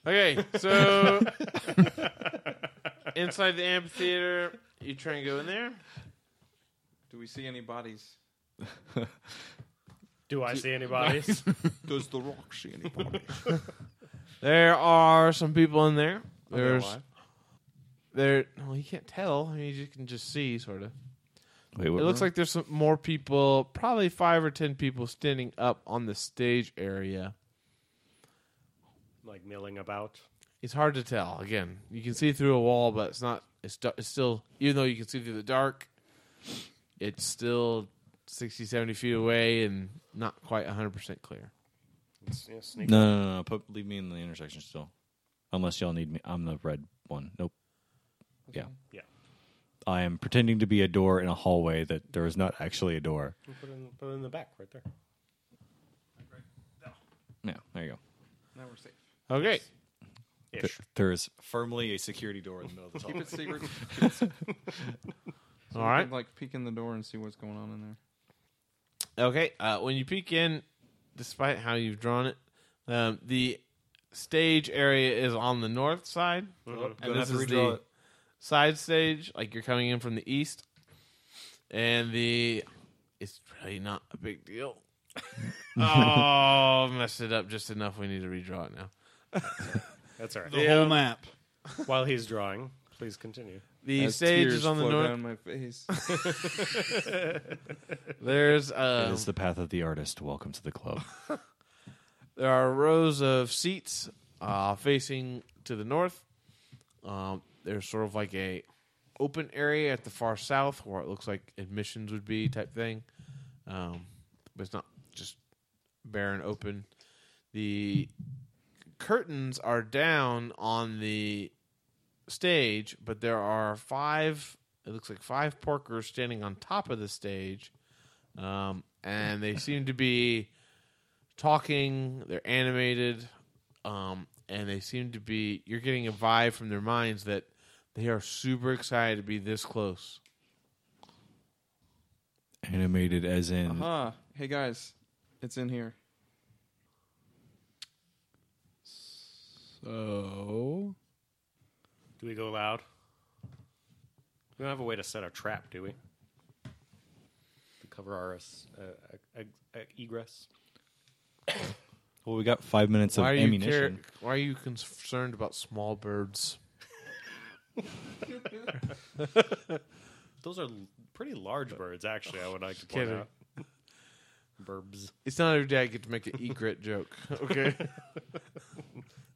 okay, so inside the amphitheater, you try and go in there.
Do we see any bodies?
Do I see anybody?
Does the rock see any bodies?
There are some people in there. There's
alive?
there. Well, you can't tell. I mean, you can just see sort of.
Wait, what
It looks like there's some more people, probably five or ten people standing up on the stage area.
like milling about.
It's hard to tell. Again, you can see through a wall, but it's not. It's, du- it's still, even though you can see through the dark, it's still 60, 70 feet away and not quite 100% clear.
It's, you know, sneak-
No, no, no, no. Put, leave me in the intersection still. Unless y'all need me. I'm the red one. Nope. Yeah.
Yeah.
I am pretending to be a door in a hallway that there is not actually a door.
Put it in, put it in the back right there.
Yeah, there you go.
now we're safe.
Okay.
Th-
Ish.
there is firmly a security door in the middle of the
Keep
hallway.
it secret.
All right.
Can, like peek in the door and see what's going on in there.
Okay. Uh, when you peek in, despite how you've drawn it, um, the stage area is on the north side. And this is the side stage. Like you're coming in from the east. And the. It's really not a big deal. oh, messed it up just enough. We need to redraw it now.
That's all right.
The whole map.
While he's drawing, please continue.
The
As
stage
tears
is on the
flow
north.
down my face.
There's
It
um,
is the path of the artist. Welcome to the club.
there are rows of seats uh, facing to the north. Um, there's sort of like a open area at the far south where it looks like admissions would be type thing, um, but it's not just barren open. The curtains are down on the stage, but there are five. It looks like five porkers standing on top of the stage, um, and they seem to be talking. They're animated, um, and they seem to be. You're getting a vibe from their minds that they are super excited to be this close.
Animated as in.
Aha. Hey guys, it's in here.
So
Do we go loud? We don't have a way to set a trap, do we? To cover our uh, uh, uh, egress.
Well, we got five minutes of
why are you care-
ammunition.
Why are you concerned about small birds?
Those are l- pretty large birds, actually. I would like to point
Kidding.
out. Burbs
It's not every day I get to make an egret joke. Okay,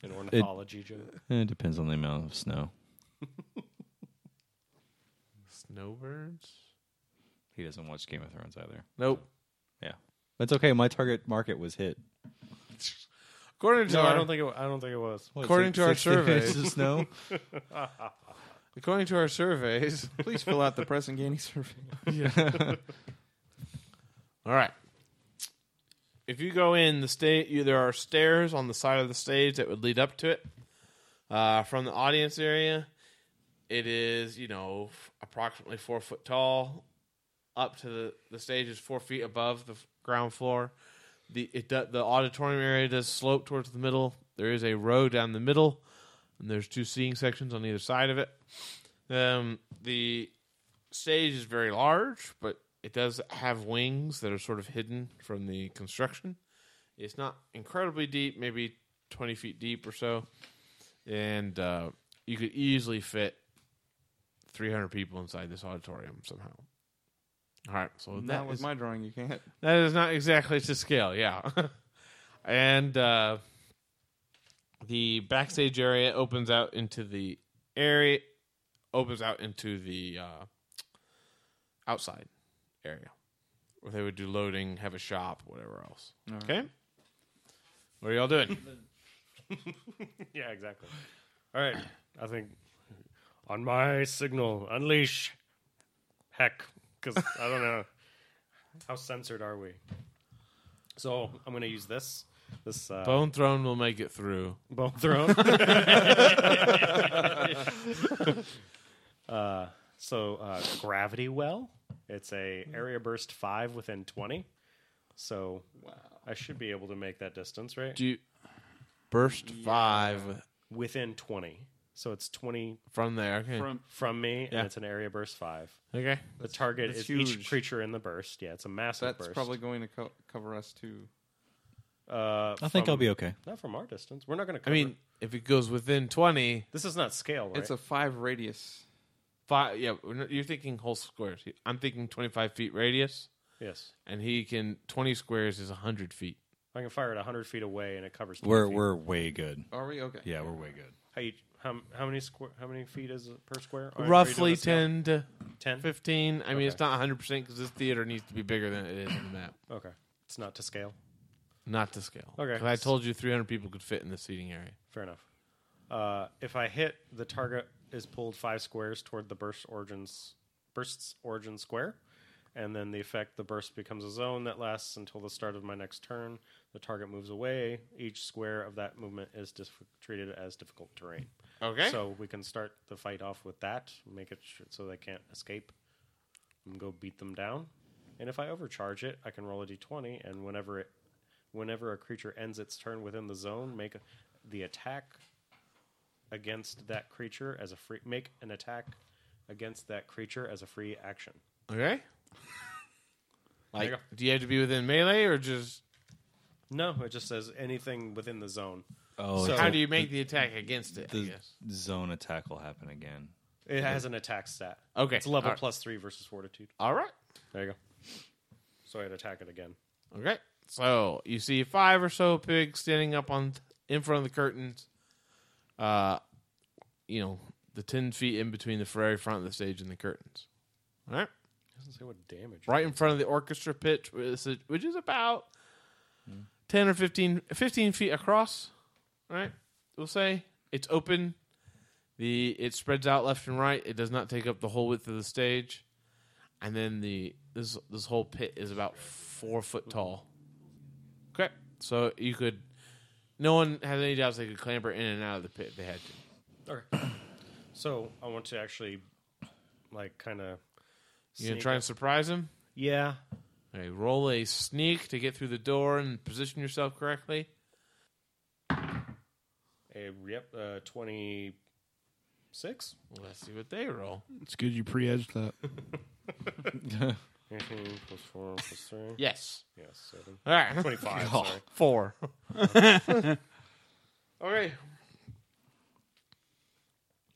an ornithology joke.
Eh, It depends on the amount of snow.
snowbirds.
He doesn't watch Game of Thrones either.
Nope.
Yeah. That's okay. My target market was hit.
According to
No,
our,
I don't think it. wa- I don't think it was.
According to our survey.
surveys, snow.
according to our surveys.
Please fill out the Pressingani survey.
All right. if you go in the state, there are stairs on the side of the stage that would lead up to it. Uh, from the audience area, it is you know f- approximately four foot tall. Up to the the stage is four feet above the f- ground floor. The it do, the auditorium area does slope towards the middle. There is a row down the middle, and there's two seating sections on either side of it. Um, the stage is very large, but it does have wings that are sort of hidden from the construction. It's not incredibly deep, maybe 20 feet deep or so. And uh, you could easily fit 300 people inside this auditorium somehow. All right, so
Not
that
with
was
my drawing, you can't.
that is not exactly to scale, yeah. and uh, the backstage area opens out into the area, opens out into the uh, outside area where they would do loading, have a shop, whatever else. Okay. What are y'all doing?
Yeah, exactly. All right. I think on my signal, unleash. Heck, because I don't know how censored are we. So I'm going to use this. This uh,
Bone Throne will make it through.
bone thrown. uh, so uh, gravity well. It's a area burst five within twenty. So I should be able to make that distance, right?
Do you burst five
within twenty. So it's twenty
from there? Okay.
From
from me,
Yeah.
and it's an area burst five.
okay.
The target
that's
is
huge.
each creature in the burst. Yeah, it's a massive
That's
burst.
probably going to co- cover us too.
Uh,
I think
from-
I'll be okay.
Not from our distance. We're not going to.
I mean, if it goes within 20,
this is not scale, right?
It's a five radius.
Five, yeah, we're not- you're thinking whole squares. I'm thinking 25 feet radius,
yes.
and he can 20 squares is 100 feet.
I can fire it hundred feet away, and it covers. 20
We're
feet.
we're way good.
Are we okay?
Yeah, we're way good.
How, you, how how many square? How many feet is it per square? Or are you
Roughly
doing this now?
10 to
Ten.
15. I mean, it's not 100 percent because this theater needs to be bigger than it is on the map,
Okay, it's not to scale.
not to scale.
Okay.
'Cause I told you 300 people could fit in the seating area.
Fair enough. Uh, if I hit, the target is pulled five squares toward the burst origins burst's origin square, and then the effect the burst becomes a zone that lasts until the start of my next turn. The target moves away. Each square of that movement is dis- treated as difficult terrain.
Okay.
So we can start the fight off with that. Make it sh- so they can't escape. And go beat them down. And if I overcharge it, I can roll a d20, and whenever it, whenever a creature ends its turn within the zone, make a, the attack against that creature as a free make an attack against that creature as a free action.
okay.
There you
Like,
go.
do you have to be within melee or just
No, it just says anything within the zone.
Oh,
So-
how do you make the attack against it? I
the
guess.
zone attack will happen again.
It has an attack stat.
Okay,
it's level
alright.
plus three versus fortitude.
All right.
There you go. So I'd attack it again.
Okay. So you see five or so pigs standing up on in front of the curtains. Uh, you know the ten feet in between the very front of the stage and the curtains. All right,
Doesn't say what damage.
right in front of the orchestra pitch, which is- which is about ten or 15, 15 feet across. All right, we'll say it's open. The it spreads out left and right. It does not take up the whole width of the stage, and then the this this whole pit is about four foot tall. Okay, so you could. No one has any doubts they could clamber in and out of the pit if they had to.
Okay. So I want to actually, like, kind of.
You gonna try and surprise them?
Yeah.
Okay, roll a sneak to get through the door and position yourself correctly.
A, yep. Uh, Twenty six.
Let's see what they roll.
it's good you pre-edged that.
Eighteen plus four plus three.
Yes.
Yeah, seven.
All right.
Twenty five. Sorry.
Four. okay.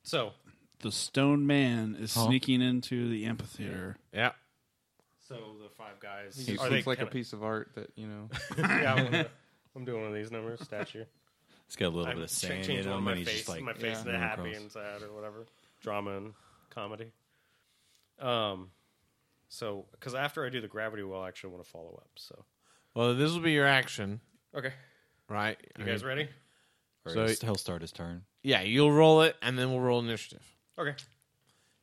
So
The stone man is sneaking into the amphitheater.
Yeah.
So the five guys.
He just
are they
looks like a
kinda-
piece of art that you know.
Yeah, I'm, gonna- I'm doing one of these numbers statue.
It's got a little
I'm
bit of
cha-
sand
changing
in
one of
him,
my
and he's
face,
just like,
my face,
yeah.
the happy
across.
inside or whatever, drama and comedy. Um, so because after I do the gravity well, I actually want to follow up. So
Well, this will be your action,
okay,
right?
you guys ready?
Or
So-
he'll he'll start his turn.
Yeah, you'll roll it, and then we'll roll initiative.
Okay.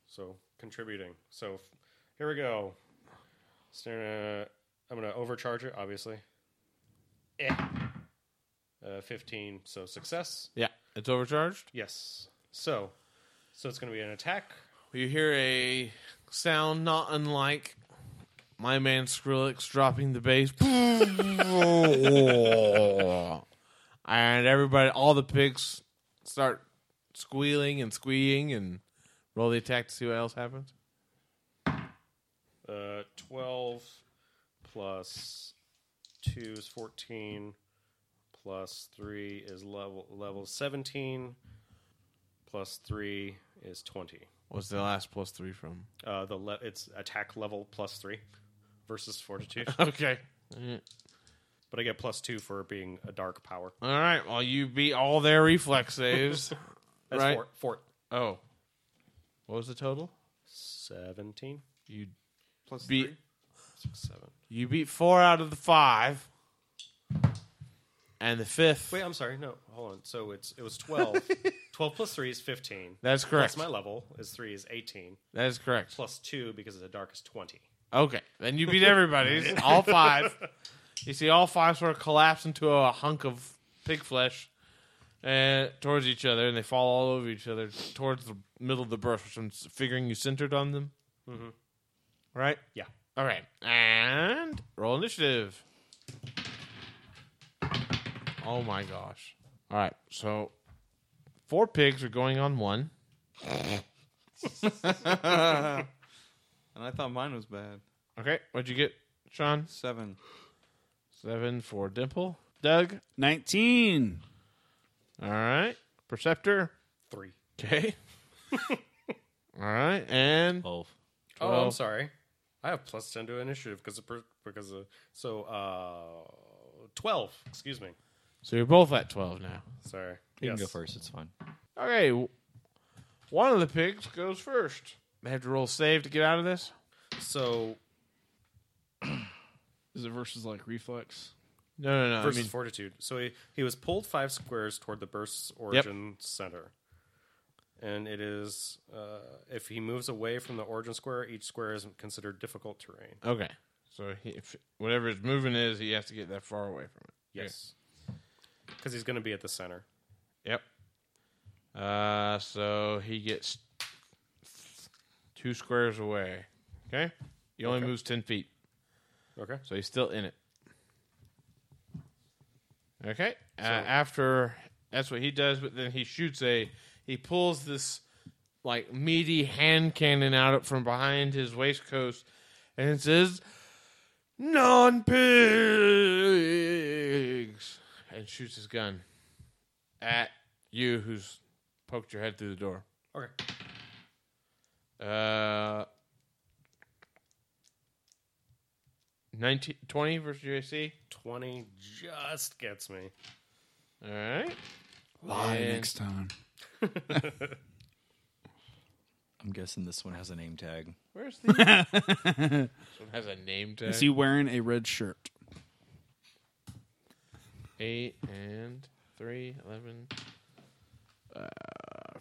So contributing. So f- here we go. So, uh, I'm gonna overcharge it, obviously. Eh. Uh, 15, so success.
Yeah, it's overcharged.
Yes. So, so it's going to be an attack.
You hear a sound not unlike my man Skrillex dropping the bass. and everybody, all the pigs start squealing and squeeing and roll the attack to see what else happens.
Uh, 12 plus 2 is 14, plus 3 is level level 17, plus 3 is 20.
What's the last plus three from?
Uh, the le- it's attack level plus 3 versus fortitude,
Okay.
but I get plus 2 for being a dark power.
All right. Well, you beat all their reflex saves.
That's
Right.
fort, fort.
oh. What was the total?
17.
You
Plus
beat
three.
Six, seven.
you beat four out of the five. And the fifth.
Wait, I'm sorry. No, hold on. So it's it was 12. 12 plus 3 is 15.
That's correct.
Plus my level is 3 is 18.
that is correct.
Plus 2 because it's a dark is 20.
Okay. Then you beat everybody's. all five. You see all five sort of collapse into a hunk of pig flesh uh, towards each other, and they fall all over each other towards the middle of the burst, which I'm s- figuring you centered on them. Mm-hmm. Right?
Yeah.
All right. And roll initiative. Oh my gosh. All right. So four pigs are going on one.
And I thought mine was bad.
Okay. What'd you get, Sean?
Seven.
Seven for Dimple. Doug.
19.
All right. Perceptor.
3.
Okay. All right. And
Twelve.
Oh, I'm
Twelve.
sorry. I have plus 10 to initiative because of, per- because of so uh 12, excuse me.
so you're both at 12 now.
Sorry.
You
Yes.
can go first. It's fine.
Okay. w- One of the pigs goes first. They have to roll save to get out of this.
So
Is it versus like reflex?
No, no, no.
versus
I mean,
fortitude. So he, he was pulled 5 squares toward the burst's origin center. And it is uh, if he moves away from the origin square, each square is considered difficult terrain.
Okay. So he, if whatever his movement is, he has to get that far away from it.
Yes. Because he's going to be at the center.
Yep. Uh, so he gets two squares away. Okay. He only moves ten feet,
Okay.
so he's still in it. Okay. Uh, after that's what he does, but then he shoots a. He pulls this like meaty hand cannon out from behind his waistcoat, and it says, "Non pigs," and shoots his gun at you who's poked your head through the door.
Okay.
Uh, 19, 20 versus UAC.
20 just gets me.
All right.
Lie
And-
next time.
I'm guessing this one has a name tag.
Where's the? this one has a name tag.
Is he wearing a red shirt?
Eight and three, eleven. Uh,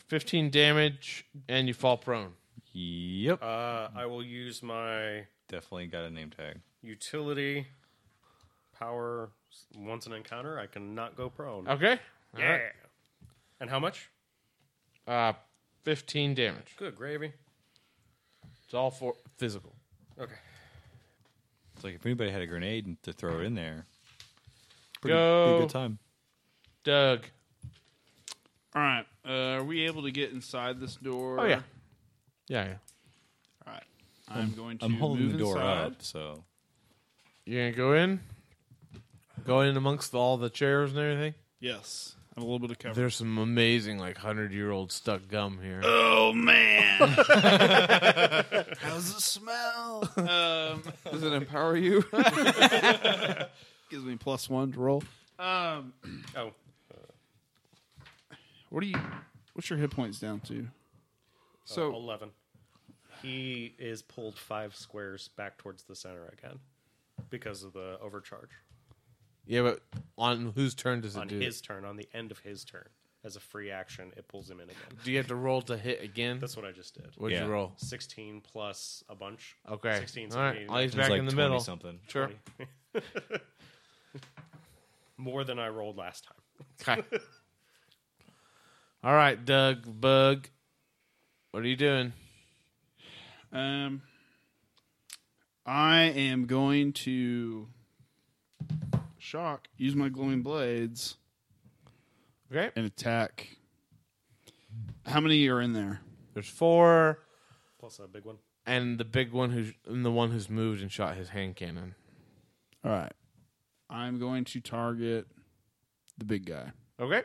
fifteen damage, and you fall prone.
Yep.
Uh, I will use my
Definitely got a name tag.
utility power once an encounter. I cannot go prone.
Okay. All
Yeah.
right.
And how much?
Uh, fifteen damage.
Good gravy.
It's all for physical.
Okay.
It's like if anybody had a grenade to throw it in there, pretty,
Go,
pretty good time.
Doug.
All right. Uh, are we able to get inside this door?
Oh yeah. Yeah. yeah.
All right. I'm going to
I'm holding
move
the door
inside.
up, so
You're gonna go in, go in amongst all the chairs and everything.
Yes. I have a little bit of cover.
There's some amazing, like hundred year old stuck gum here.
Oh man. How's it smell? Um,
Does it empower you?
gives me plus one to roll. Um,
Oh,
what do you? What's your hit points down to?
so
so
11. He is pulled five squares back towards the center again because of the overcharge
Yeah, but on whose turn does it
on
do?
his turn, on the end of his turn. As a free action, it pulls him in again.
Do you have to roll to hit again?
That's what I just did.
What'd
Yeah.
you roll?
16 plus a bunch.
Okay.
16,
all right.
17,
Well, he's
it's
back
like
in the
20
middle.
something.
Sure.
more than I rolled last time.
Okay. All right, Doug Bug. What are you doing?
Um, I am going to shock, use my glowing blades,
Okay.
and attack. How many are in there?
There's four,
Plus a big one.
and the big one who's and the one who's moved and shot his hand cannon.
All right. I'm going to target the big guy.
Okay.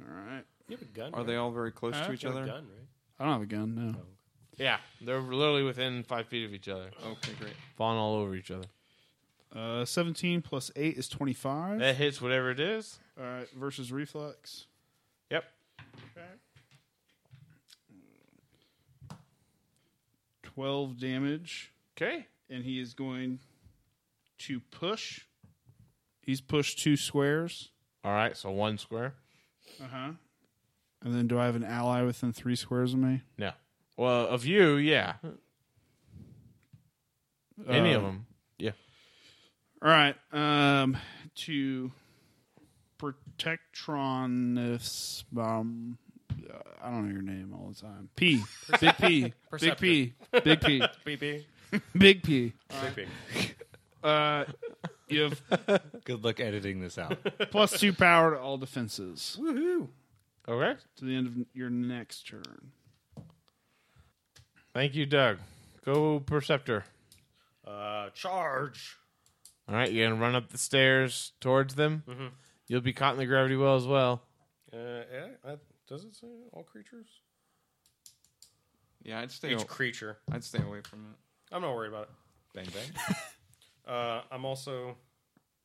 All right.
You have a gun.
Are they all very close
Huh?
to each
You have a
other?
gun, right?
I don't have a gun, no.
Yeah, they're literally within five feet of each other,
Okay, great.
falling all over each other.
Uh, 17 plus 8 is 25.
That hits whatever it is.
All right, versus reflex.
Yep.
Okay. 12 damage,
Okay.
and he is going to push. He's pushed two squares.
All right, so one square.
Uh huh. And then do I have an ally within three squares of me?
No. Well, of you, yeah. Any of
Um,
them. Yeah.
All right. Um, to Protectronus. Um, I don't know your name all the time. P. Big P. Big P. Big P.
PP.
Big P.
PP.
Uh, you have
Good luck editing this out.
plus two power to all defenses
Okay.
to the end of your next turn.
Thank you, Doug. Go Perceptor.
Uh, charge.
All right, you're gonna run up the stairs towards them. You'll be caught in the gravity well as well.
Uh, eh, I, does it say all creatures?
Yeah, I'd stay.
Each
i
creature.
I'd stay away from it.
I'm not worried about it.
bang bang.
Uh, I'm also,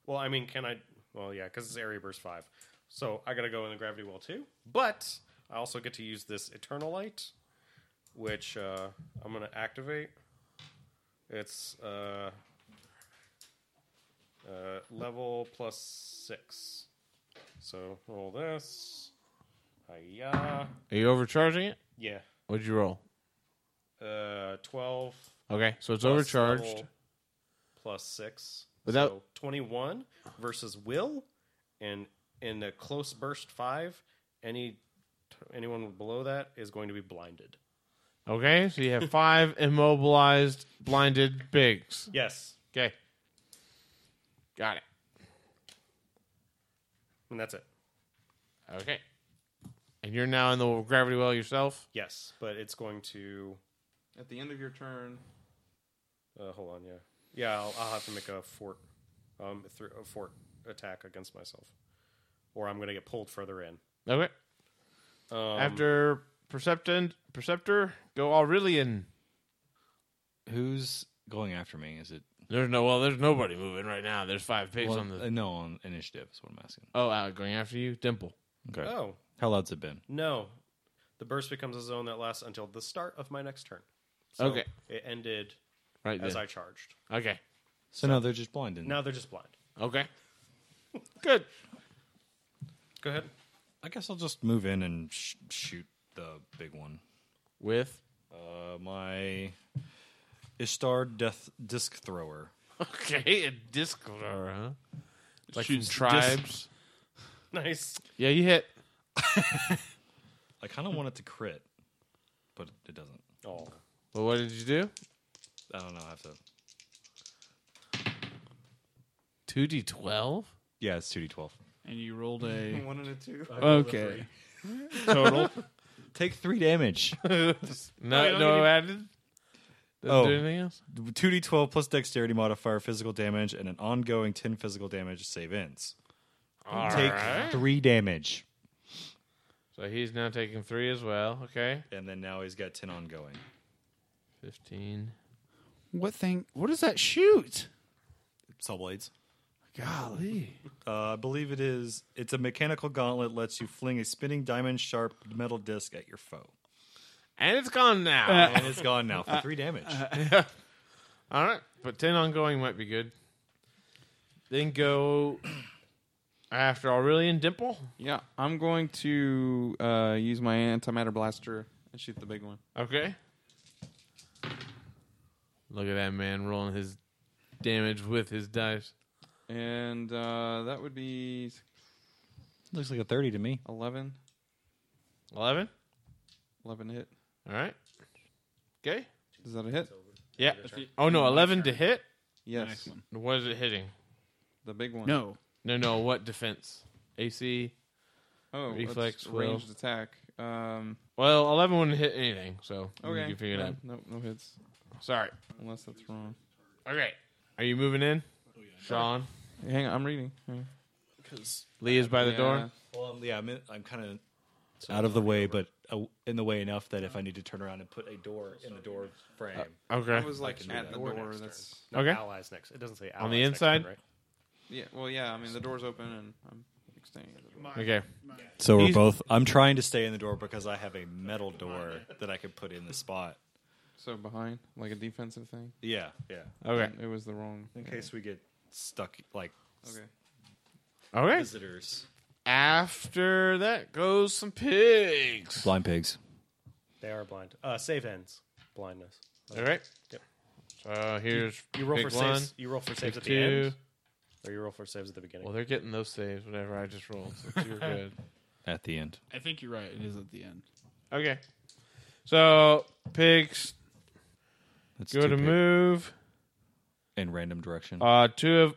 well, I mean, can I? Well, yeah, because it's area burst five, so I gotta go in the gravity well too. But I also get to use this eternal light, which uh, I'm gonna activate. It's uh, uh, level plus six. So roll this. Hiya.
Are you overcharging it?
Yeah.
What'd you roll?
Uh, twelve.
Okay, so it's
plus
overcharged.
level plus six.
Without-
so twenty-one versus Will, and in a close burst five, any anyone below that is going to be blinded.
Okay, so you have five immobilized, blinded pigs.
Yes,
Okay, got it.
and that's it.
Okay, and you're now in the gravity well yourself.
Yes, but it's going to
At the end of your turn,
uh, hold on. Yeah, yeah. I'll, I'll have to make a fort, um, thr a fort attack against myself, or I'm going to get pulled further in.
Okay,
Um,
after Perceptant, Perceptor, go Aurelian.
Who's going after me? Is it
There's no well. There's nobody moving right now. There's five pigs
well,
on the.
uh, no on initiative? Is what I'm asking.
oh, uh, going after you, Dimple.
Okay.
oh
How loud's it been?
no, the burst becomes a zone that lasts until the start of my next turn.
Okay.
it ended
Right
as I
there.
charged.
okay.
So, no, they're just blinded.
Now they're just blind.
Okay. Good.
Go ahead.
I guess I'll just move in and sh- shoot the big one.
With
Uh, my Ishtar Death Disc Thrower.
okay, a disc thrower, huh? Like from
Shoots
tribes.
Nice.
Yeah, you hit.
I kind of want it to crit, but it doesn't.
Oh,
Well, what did you do?
I don't know. I have to.
Two d twelve.
Yeah, it's 2d12.
And you rolled a
one and a two.
okay total.
Take three damage.
No,
don't
no
get
added. Doesn't
Oh.
do anything else.
2d12 plus dexterity modifier, physical damage, and an ongoing 10 physical damage save ends.
All right.
Take three damage.
So he's now taking three as well. Okay,
And then now he's got 10 ongoing.
fifteen.
What thing? What does that shoot?
Saw blades.
Golly.
Uh, I believe it is. It's a mechanical gauntlet lets you fling a spinning diamond sharp metal disc at your foe.
And it's gone now.
And it's gone now for three damage.
All right, but ten ongoing might be good. Then go after Aurelian Dimple.
Yeah, I'm going to uh, use my antimatter blaster and shoot the big one.
Okay. Look at that man rolling his damage with his dice.
And uh, that would be
Looks like a 30 to me.
11.
11?
11 hit.
All right. Okay.
Is that a hit?
Yeah. Oh, no. 11 to hit?
Yes.
Nice one.
What is it hitting?
The big one.
No.
No, no. What defense? AC?
Oh, it's
Reflex, will.
ranged attack. Um,
Well, 11 wouldn't hit anything, so
okay.
you can figure it
no,
out.
No, no hits.
Sorry.
Unless that's wrong.
Okay. Are you moving in?
Oh,
Sean?
Hang on, I'm reading. Hang on.
Lee is by the
Yeah.
door?
Well, um, yeah, I'm, in, I'm kind of out of the way, but uh, in the way enough that if I need to turn around and put a door in the door frame,
Okay.
It was like
can do
at
that.
the
Or
door.
next
That's
turn. No,
Okay.
Allies next. It doesn't say allies
On the
next turn,
inside?
right?
yeah. Well, yeah. I mean, the door's open and I'm staying at the door.
okay.
so we're
He's-
both. I'm trying to stay in the door because I have a metal door that I could put in the spot.
So behind, like a defensive thing.
Yeah, yeah.
Okay.
It was the wrong.
In case we get stuck, like
Okay.
Okay.
visitors,
After that goes some pigs.
blind pigs.
They are blind. Uh, save ends. Blindness.
All right.
Yep.
So here's
You roll
pig
for
one,
saves. You roll for saves
pig
at the
two.
end, or you roll for saves at the beginning.
Well, they're getting those saves. Whatever I just rolled, so you're good.
At the end,
I think you're right. It is at the end.
Okay. So pigs
That's
go
two
to
pig-
move.
in random direction.
Uh, two of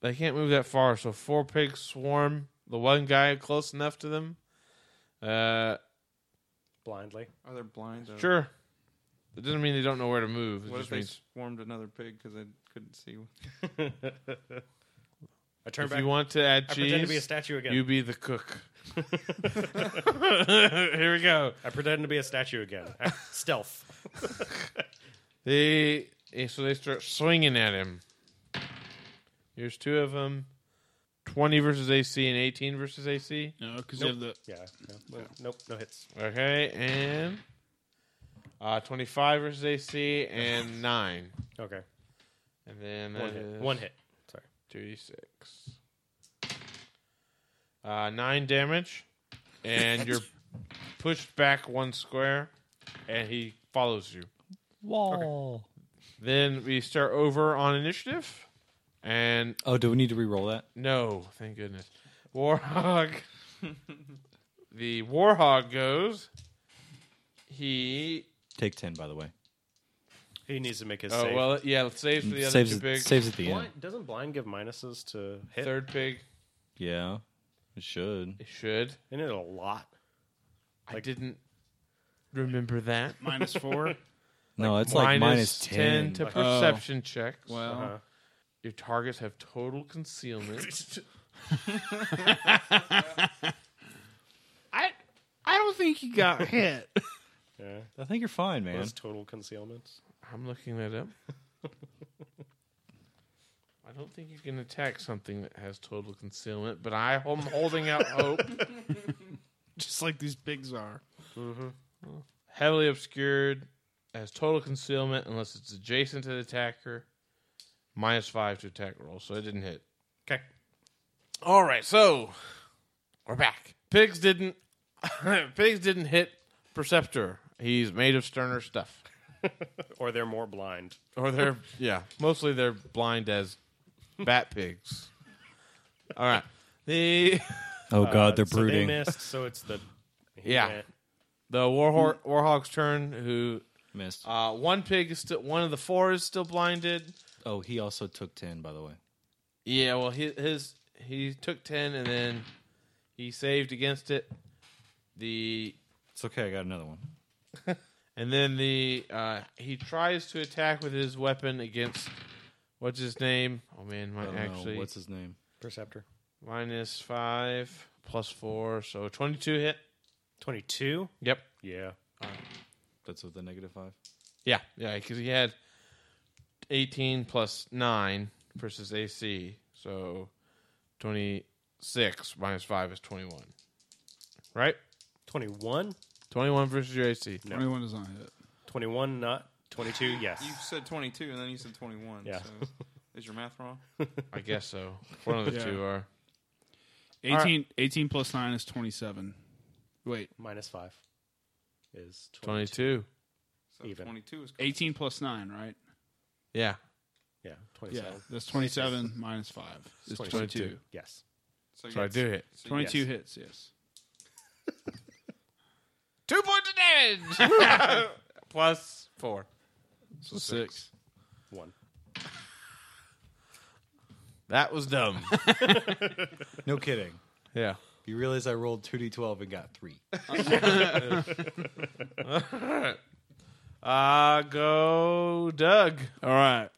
they can't move that far, so four pigs swarm the one guy close enough to them. Uh,
Blindly.
Are they blind? Though?
sure. That doesn't mean they don't know where to move. It
What if
just
they
means
swarmed another pig because I couldn't see?
I turn
if
back.
you want to add
I
cheese,
pretend to be a statue again.
you be the cook. Here we go.
I pretend to be a statue again. Stealth.
They eh, so they start swinging at him. Here's two of them. Twenty versus AC and eighteen versus AC.
No, because
Nope.
you have
Yeah. No, well, Nope. No hits.
Okay, and uh, twenty-five versus AC and nine,
Okay.
and then
One
that
hit.
is
One hit. Sorry.
two d six. Uh, nine damage, and you're pushed back one square, and he follows you.
Wall.
Then we start over on initiative, and
Oh, do we need to re-roll that?
No, thank goodness. Warhog. the Warhog goes. He.
Take ten, by the way.
He needs to make his
Oh
save.
well, yeah. it Saves for the other
saves
two big.
saves at the end.
blind, doesn't blind give minuses to hit?
Third pig.
Yeah, it should.
It should.
Isn't it a lot?
I didn't remember that.
the minus four.
No, it's like minus ten.
to
Like,
perception checks.
Well,
Uh-huh.
Your targets have total concealment.
I I don't think he got hit.
Yeah.
I think you're fine, man.
That's total concealment.
I'm looking that up. I don't think you can attack something that has total concealment, but I am holding out hope.
Just like these pigs are.
heavily obscured, has total concealment unless it's adjacent to the attacker, minus five to attack roll, so it didn't hit.
Okay.
All right, so we're back. Pigs didn't. pigs didn't hit Perceptor. He's made of sterner stuff,
Or they're more blind.
or they're yeah, mostly they're blind as bat pigs. All right, the
oh
uh,
God, they're
So
brooding.
they missed. So it's the he
Yeah.
went.
the warhor- warhog's turn. Who
missed.
uh, one pig is still one of the four is still blinded.
oh, he also took ten, by the way.
Yeah, well, his, his he took ten and then he saved against it. The
It's okay. I got another one.
and then the uh, he tries to attack with his weapon against what's his name? Oh man,
I
my
don't
actually
know. What's his name?
Perceptor.
minus five plus four, so twenty two hit.
Twenty two.
Yep.
Yeah.
That's with the negative five.
Yeah, yeah, because he had eighteen plus nine versus AC, so twenty six minus five is twenty one. Right.
Twenty one.
21 versus your AC.
No.
Twenty-one does not hit.
Twenty one. Not twenty two. Yes.
You said 22 and then you said 21.
Yeah.
So is your math wrong?
I guess so. One of the
Yeah.
two are.
18,
right.
18 plus nine is twenty-seven. Wait,
Minus five is 22.
22.
So
Even.
22 is correct.
eighteen plus nine, right?
Yeah.
Yeah,
Yeah,
27.
that's 27 minus 5 is 22.
22. Yes.
So I do hit.
22
Yes.
hits, yes.
Two points of damage. Plus four.
So six.
One.
That was dumb.
No kidding.
yeah.
You realize I rolled 2d12 and got 3.
Uh go Doug.
All right.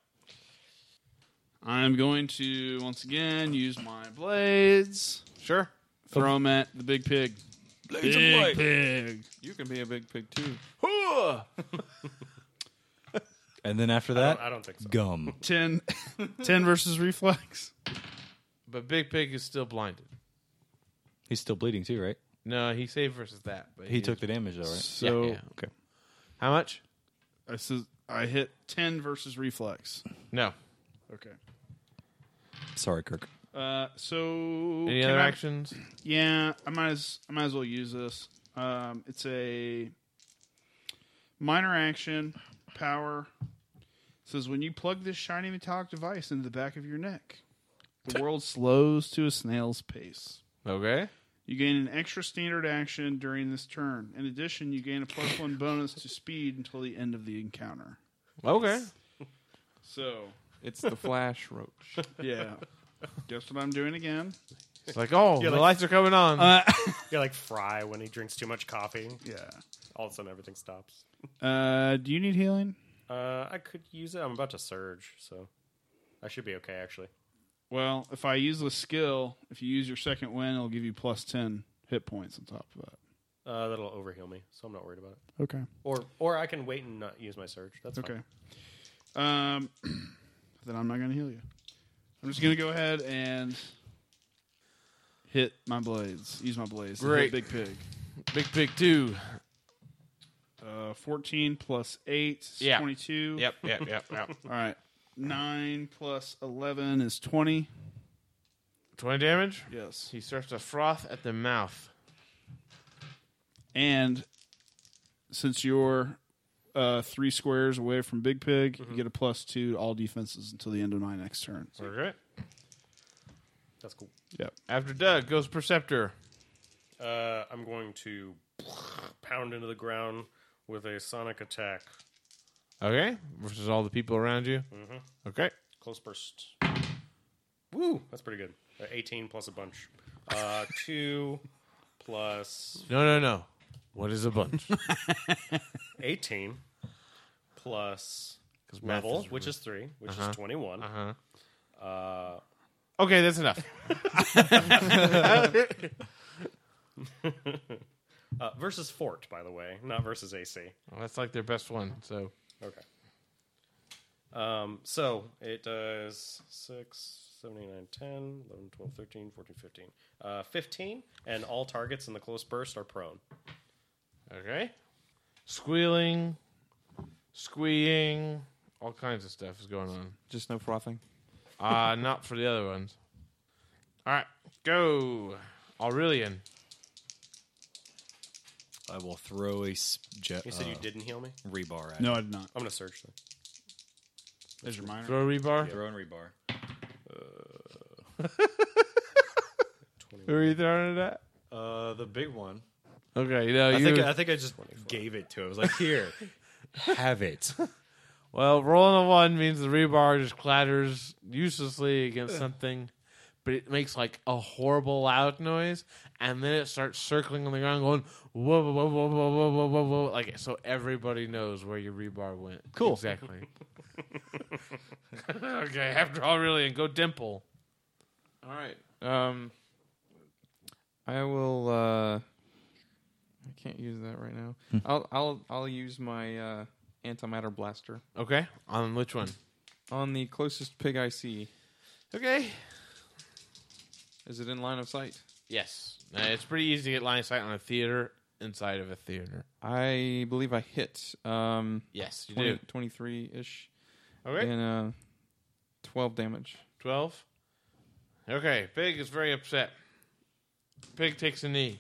I'm going to once again use my blades.
Sure.
Throw 'em at the big pig.
Blades of
Big
light.
pig.
You can be a big pig too.
Hoo!
And then after that,
I don't think so.
gum.
10, 10 versus reflex.
But Big Pig is still blinded.
He's still bleeding too, right?
No, he saved versus that. But
He took the damage though, right?
So
yeah. how much?
I says I hit 10 versus reflex.
No.
Okay.
Sorry, Kirk.
Uh, so
Any
can
other
I-
actions?
Yeah, I might as I might as well use this. Um, it's a minor action power. It says when you plug this shiny metallic device into the back of your neck, the world slows to a snail's pace.
Okay.
You gain an extra standard action during this turn. In addition, you gain a plus one bonus to speed until the end of the encounter.
Okay.
So
It's the Flash Roach.
yeah, guess what I'm doing again?
It's like, Uh, oh, the lights are coming on.
You're like Fry when he drinks too much coffee.
Yeah.
All of a sudden, everything stops.
Uh, do you need healing?
Uh, I could use it. I'm about to surge, so I should be okay, actually.
Well, if I use the skill, if you use your second win, it'll give you plus ten hit points on top of that.
Uh, that'll overheal me, so I'm not worried about it.
Okay.
Or or I can wait and not use my surge. That's
Okay.
Fine.
Um, then I'm not going to heal you. I'm just going to go ahead and hit my blades. Use my blades. to hit
Great.
Big Pig.
Big Pig two.
Uh, 14 plus 8 is
Yeah.
22.
Yep. Yep. Yep. Yep.
All right. 9 plus 11 is 20.
Twenty damage.
Yes.
He starts to froth at the mouth.
And since you're uh, three squares away from Big Pig,
Mm-hmm.
you get a plus 2 to all defenses until the end of my next turn.
Okay.
That's cool.
Yep.
After Doug goes Perceptor.
Uh, I'm going to pound into the ground with a sonic attack.
Okay. Versus all the people around you. Mm-hmm. Okay.
Close burst. Woo! That's pretty good. Uh, 18 plus a bunch. Uh, 2 plus
No, no, no. What is a bunch?
18 plus
math
level,
is
which is 3, which is 21.
Uh-huh.
Uh,
okay, that's enough.
uh, versus Fort, by the way, not versus AC.
Well, that's like their best one. So
Okay. Um, so it does 6, 7, 8, 9, 10, 11, 12, 13, 14, 15. Uh, 15, and all targets in the close burst are prone.
okay, squealing, squeeing, all kinds of stuff is going on.
Just no frothing.
Uh, not for the other ones. All right, go Aurelian.
I will throw a s- jet
You said you
uh,
didn't heal me?
rebar at
No,
him.
I did not.
I'm going to search them.
There's your minor.
Throw rebar.
Throw in rebar.
Uh. Who are you throwing it at?
Uh, the big one.
Okay, no,
I
you.
think I think I just gave it to him. I was like, "Here, have it."
well, rolling a one means the rebar just clatters uselessly against something, but it makes like a horrible loud noise, and then it starts circling on the ground, going whoa, whoa, whoa, whoa, whoa, whoa, whoa, whoa, whoa, like so everybody knows where your rebar went. Cool, exactly. okay, after all, really, and go dimple.
All right. Um, I will. Uh, I can't use that right now.
Hmm.
I'll I'll I'll use my uh, antimatter blaster
Okay, on which one?
on the closest pig I see.
Okay.
Is it in line of sight?
Yes, Uh, it's pretty easy to get line of sight on a theater inside of a theater.
I believe I hit um,
Yes, you
20,
do.
23 ish
Okay.
and uh, 12 damage.
12. Okay, Pig is very upset. Pig takes a knee.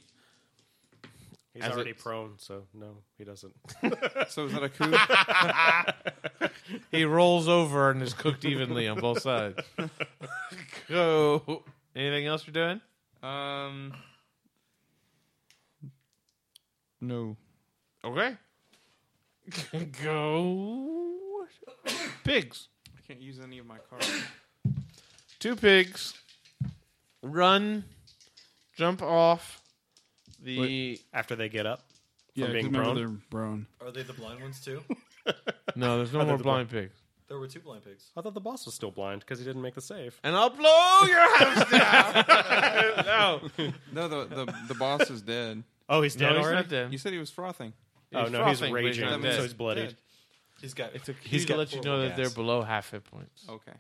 He's
As
already
it's-
prone, so no, he doesn't.
So is that a coup?
He rolls over and is cooked evenly on both sides. Go. Anything else you're doing?
um, no.
Okay. Go. Pigs.
I can't use any of my cards.
Two pigs. Run. Jump off. The
After they get up,
Yeah,
being
'cause remember
prone?
they're prone.
Are they the blind ones too?
no, there's no more
the
blind pigs.
There were two blind pigs.
I thought the boss was still blind because he didn't make the save.
And I'll blow your house down. no,
No, the, the the boss is dead.
Oh, he's dead
no, he's
already.
not dead.
You said he was frothing.
Oh
He's
no, he's
frothing, but he's
raging,
not
so
dead.
he's bloodied.
He's got
It's a cue
He's
to
got
let you know that
horrible
they're
gas.
below half hit points.
Okay.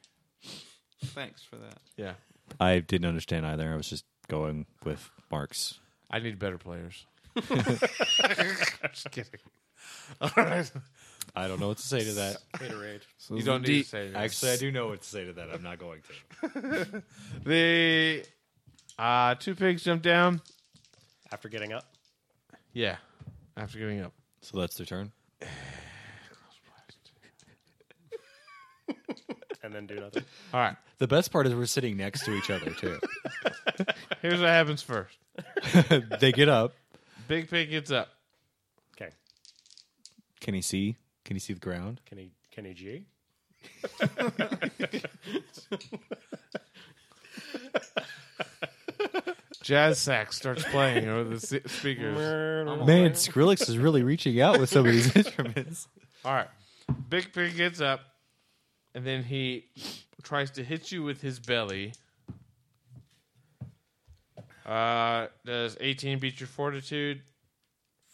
Thanks for that.
Yeah,
I didn't understand either. I was just going with Mark's.
I need better players. Just kidding. All right.
I don't know what to say to that.
Haterade.
You don't need to say that.
Actually, I do know what to say to that. I'm not going to.
The uh, two pigs jump down.
After getting up,
Yeah, after giving up.
So that's their turn.
and then do nothing.
All right.
The best part is we're sitting next to each other too.
Here's what happens first.
they get up.
Big pig gets up.
Okay,
Can he see? Can he see the ground?
can he? Can he G?
Jazz sax starts playing over the se- speakers.
Oh, Man, Skrillex is really reaching out with some of these instruments.
All right. Big Pig gets up, and then he tries to hit you with his belly. Uh, does 18 beat your fortitude,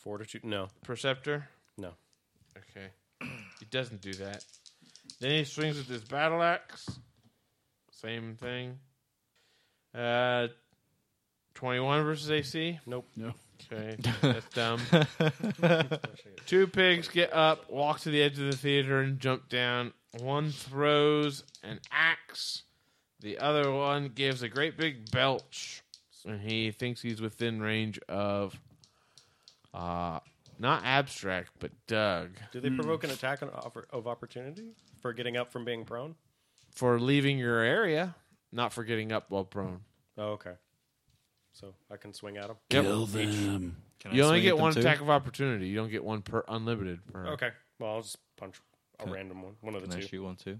Fortitude? No,
Perceptor?
no.
Okay. He doesn't do that. Then he swings with his battle axe. Same thing. Uh, 21 versus AC?
Nope.
No.
Okay. That's dumb. Two pigs get up, walk to the edge of the theater, and jump down. One throws an axe. The other one gives a great big belch. And he thinks he's within range of. Uh, not abstract, but Doug.
Do they provoke an attack on- of of opportunity for getting up from being prone?
for leaving your area, not for getting up while prone.
Oh, okay. So I can swing at him.
Yep.
them.
Can
You
I
only
swing
get
at them
one
too?
attack of opportunity. You don't get one per unlimited. Per.
Okay. Well, I'll just punch a random one. One of the
Can I
two.
shoot one too?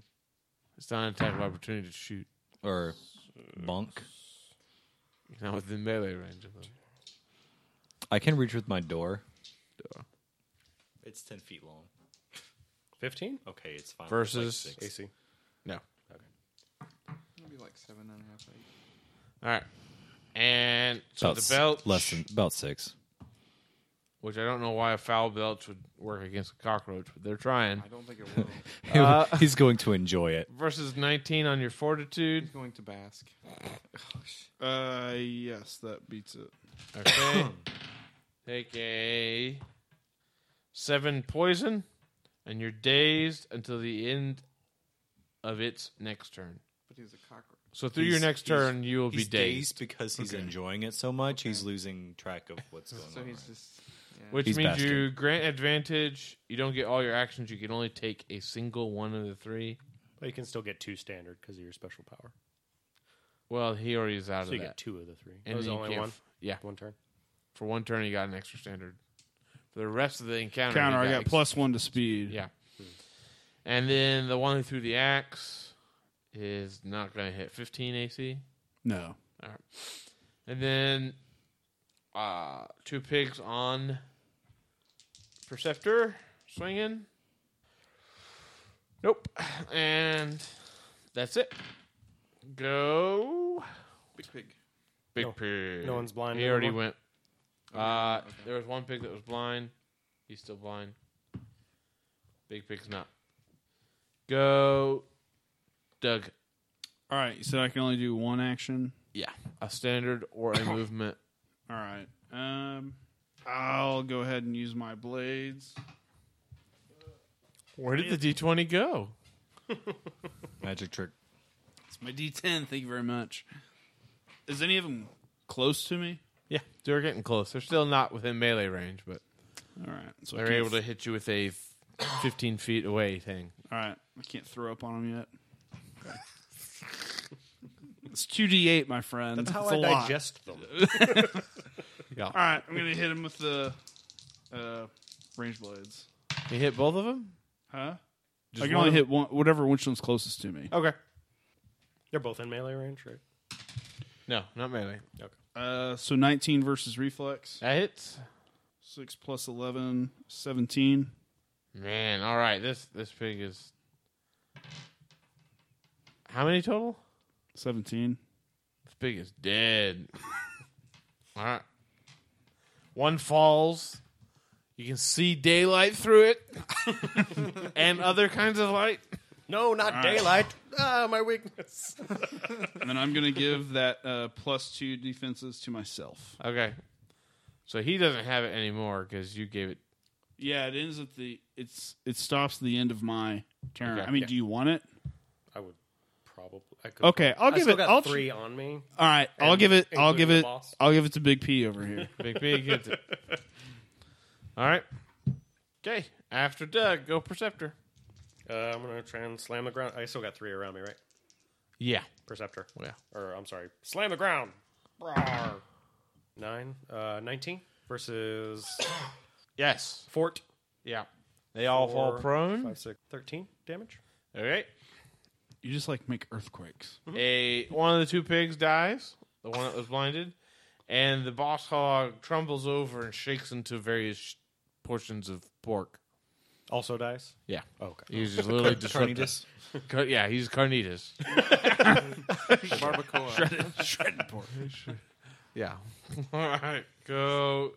It's not an attack of opportunity to shoot.
Or bonk?
You're not within melee range of them.
I can reach with my door. It's ten feet long.
Fifteen
Okay, it's fine.
Versus.
AC.
no. All
Maybe like seven and a half. Eight.
right. And so
about
the
s-
belt,
less than about six.
which I don't know why a foul belch would work against a cockroach, but they're trying.
I don't think it will.
Uh,
He's going to enjoy it.
Versus 19 on your fortitude.
He's going to bask.
Uh, yes, that beats it.
Okay. Take a seven poison, and you're dazed until the end of its next turn.
But he's a cockroach.
So through your
He's-
next
he's-
turn, you will be
He's
dazed.
dazed because he's enjoying it so much. He's losing track of what's going
So
on.
he's just.
Which
He's
means
basking.
you grant advantage. You don't get all your actions. You can only take a single one of the three.
But you can still get two standard because of your special power.
Well, he already is out
So
of
you
that.
get two of the three.
And
that was
you
only
can't
one.
f- yeah.
One turn.
For one turn, he got an extra standard. For the rest of the encounter, he
Counter, I got
ex-
plus one to speed.
Yeah. And then the one who threw the axe is not going to hit 15 AC.
No.
And then uh two pigs on Perceptor swinging. Nope. And that's it. Go.
Big pig.
Big
No-
pig.
no one's blind
He already
anymore?
went. Uh, There was one pig that was blind. He's still blind. Big pig's not. Go. Doug.
All right, so I can only do one action.
Yeah. A standard or a movement.
All right. Um, I'll go ahead and use my blades.
Where did the D20 go?
Magic trick.
It's my D10. Thank you very much. Is any of them close to me?
Yeah, they're getting close. They're still not within melee range, but
All right. So I
they're
can't-
able to hit you with a fifteen feet away thing.
All right. I can't throw up on him yet. it's 2d8, my friend.
That's how
It's
I
a lot.
digest them.
All right. I'm going to hit him with the uh, range blades.
You hit both of them.
Huh?
Just
I can
one
only
of-
hit one, whatever which one's closest to me.
Okay.
They're both in melee range, right?
No, not melee.
Uh, so 19 versus reflex.
That hits.
6 plus 11, 17.
Man, all right. This this pig is. How many total?
17.
This pig is dead. all right. One falls. You can see daylight through it, and other kinds of light.
No, not daylight. Ah, my weakness.
And then I'm going to give that uh, plus 2 defenses to myself.
Okay. So he doesn't have it anymore because you gave it.
Yeah, it ends at the it's it stops the end of my turn.
Okay.
I mean,
Yeah.
do you want it?
I would probably. I could,
Okay, I'll
I
give
still
it
got
I'll tr-
three on me.
All right, I'll
and
give it. I'll give
including the
it.
boss.
I'll give it to Big P over here.
Big P gets it. All right. Okay. After Doug, go Perceptor.
Uh, I'm gonna try and slam the ground. I still got three around me, right?
Yeah.
Perceptor.
Yeah.
Or I'm sorry, slam the ground. Rawr. Nine, uh, 19 versus
Yes.
fort.
Yeah. They all fall
Four,
prone.
Five, six, 13 damage.
All right.
You just like make earthquakes.
A one of the two pigs dies, the one that was blinded, and the boss hog trumbles over and shakes into various sh- portions of pork.
Also dies.
Yeah.
Okay.
He's just literally disrupted.
Carnitas.
Car- yeah, he's carnitas.
Barbacoa.
Yeah. All right. Go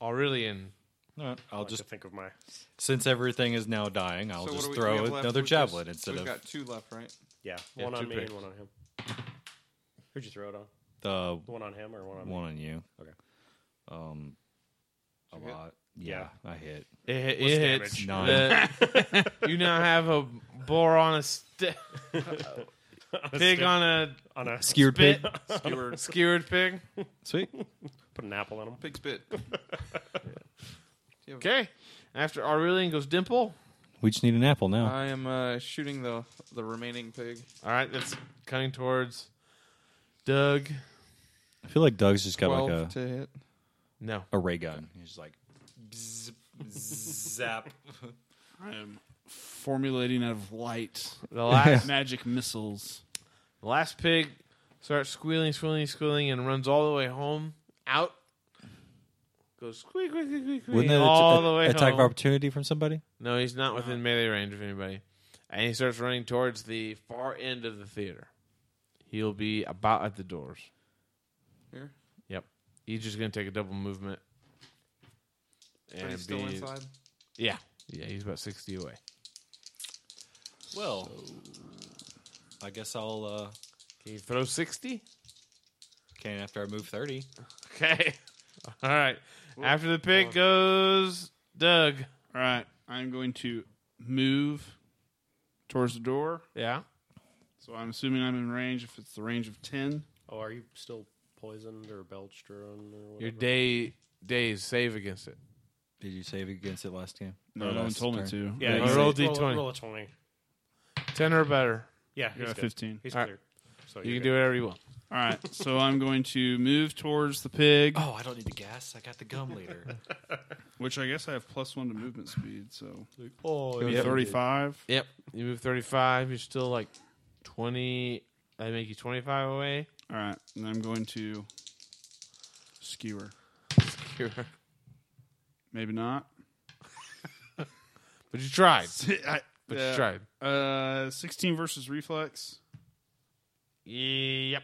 Aurelian.
I'll
I'll
just
just think of my.
since everything is now dying, I'll
So what
just
do we- we
throw
have left?
another
We've just-
javelin instead
we've
of
got two left, right?
Yeah,
Yeah,
one on
two
me
pigs.
and one on him. Who'd you throw it on?
the
The one on him or one on me?
one on you.
Okay.
Um, a
hit?
lot. Yeah, I hit.
It, it
What's
hits.
damage?
Nine.
The- you now have a boar on a sti-
a
pig
stick-
on a
on a
Skewered pig.
bit skewered pig.
Sweet.
Put an apple on him.
Pig's bit.
Okay. After Aurelian goes Dimple.
We just need an apple now.
I am uh, shooting the the remaining pig.
All right, that's coming towards Doug.
I feel like Doug's just got
Twelve
like a
to hit.
No.
a ray gun. He's just like
Zap.
I am formulating out of light
The last
magic missiles.
the last pig starts squealing, squealing, squealing, and runs all the way home. Out. Goes squeak, squeak, squeak, squeak, squeak
wouldn't that
all
att-
the way
attack
home.
of opportunity from somebody?
No, he's not within melee range of anybody. And he starts running towards the far end of the theater. He'll be about at the doors.
Here.
Yep. He's just going to take a double movement.
But he's still
be-
inside.
Yeah. Yeah, he's about 60 away.
Well, I guess I'll uh,
Can you throw 60?
can after I move thirty.
Okay. All right. After the pig goes Doug.
All right, I'm going to move towards the door.
Yeah.
So I'm assuming I'm in range. If it's the range of ten,
Oh, are you still poisoned or belched or, on or whatever?
Your day days save against it.
Did you save against it last game?
no,
Or
no one
last
told me
turn?
to.
Yeah,
Roll
he's-
roll
roll,
D20.
roll a 20.
10 or better.
Yeah, he's
Yeah,
good.
15.
He's
All right.
clear. So
You can do whatever you want.
All right, so I'm going to move towards the pig,
Oh, I don't need the gas. I got the gum later.
which I guess I have plus one to movement speed. So
oh,
go to 35.
Yep. You move 35. You're still like 20. I make you 25 away.
All right, and I'm going to skewer.
but
Maybe not.
you tried.
I-
But
yeah.
you tried.
Uh, 16 versus reflex.
Yep.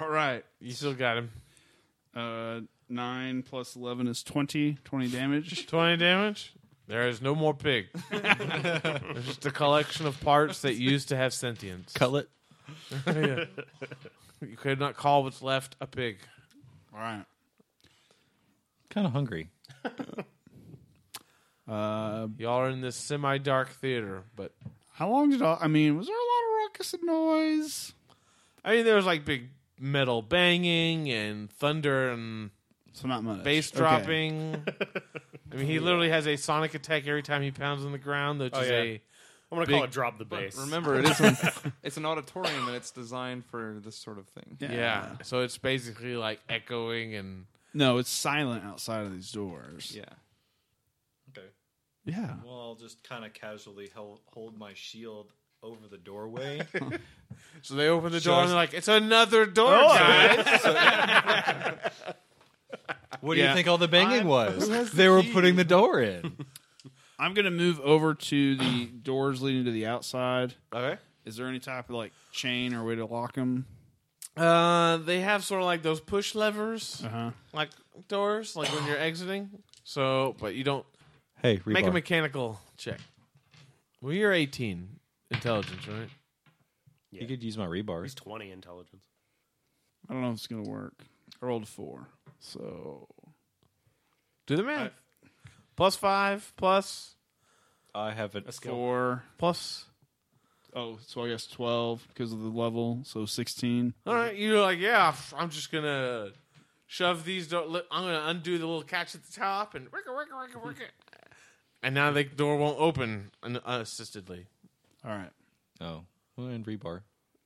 All right.
You still got him.
Uh, 9 plus 11 is 20. 20 damage.
20 damage. There is no more pig. There's just a collection of parts that used to have sentience.
Cutlet.
Yeah. You could not call what's left a pig.
All right.
Kind of hungry.
Uh,
Y'all are in this semi dark theater, but
how long did all, I mean, was there a lot of ruckus and noise?
I mean, there was like big metal banging and thunder and
So not much.
bass
Okay.
dropping. I mean, he literally has a sonic attack every time he pounds on the ground, which
Oh,
is
yeah.
a
I'm gonna call
Big-
it drop the bass.
Remember, it is an, it's an auditorium and it's designed for this sort of thing.
Yeah.
yeah. So it's basically like echoing and
No, it's silent outside of these doors.
Yeah.
Okay.
Yeah.
Well, I'll just kind of casually held, hold my shield over the doorway.
so they open the door and they're like, "It's Oh, another door, guys."
What do
Yeah.
you think all the banging was? They were putting the door in.
I'm gonna move over to the doors leading to the outside.
okay.
Is there any type of like chain or way to lock them?
Uh, they have sort of like those push levers,
Uh huh.
like doors, like when you're exiting. So, but you don't
Hey, rebar.
make a mechanical check. Well, you're 18, intelligence, right?
you could use my rebar.
He's 20 intelligence.
I don't know if it's gonna work. I rolled a four, so
Do the math. Plus five, plus
I have it.
four.
plus.
Oh, so I guess twelve because of the level. So sixteen.
All right, you're like, yeah, f- I'm just gonna shove these. Do- li- I'm gonna undo the little catch at the top and work it, work it, work it, work it. And now the door won't open un- unassistedly,
All right.
Oh, well, and rebar.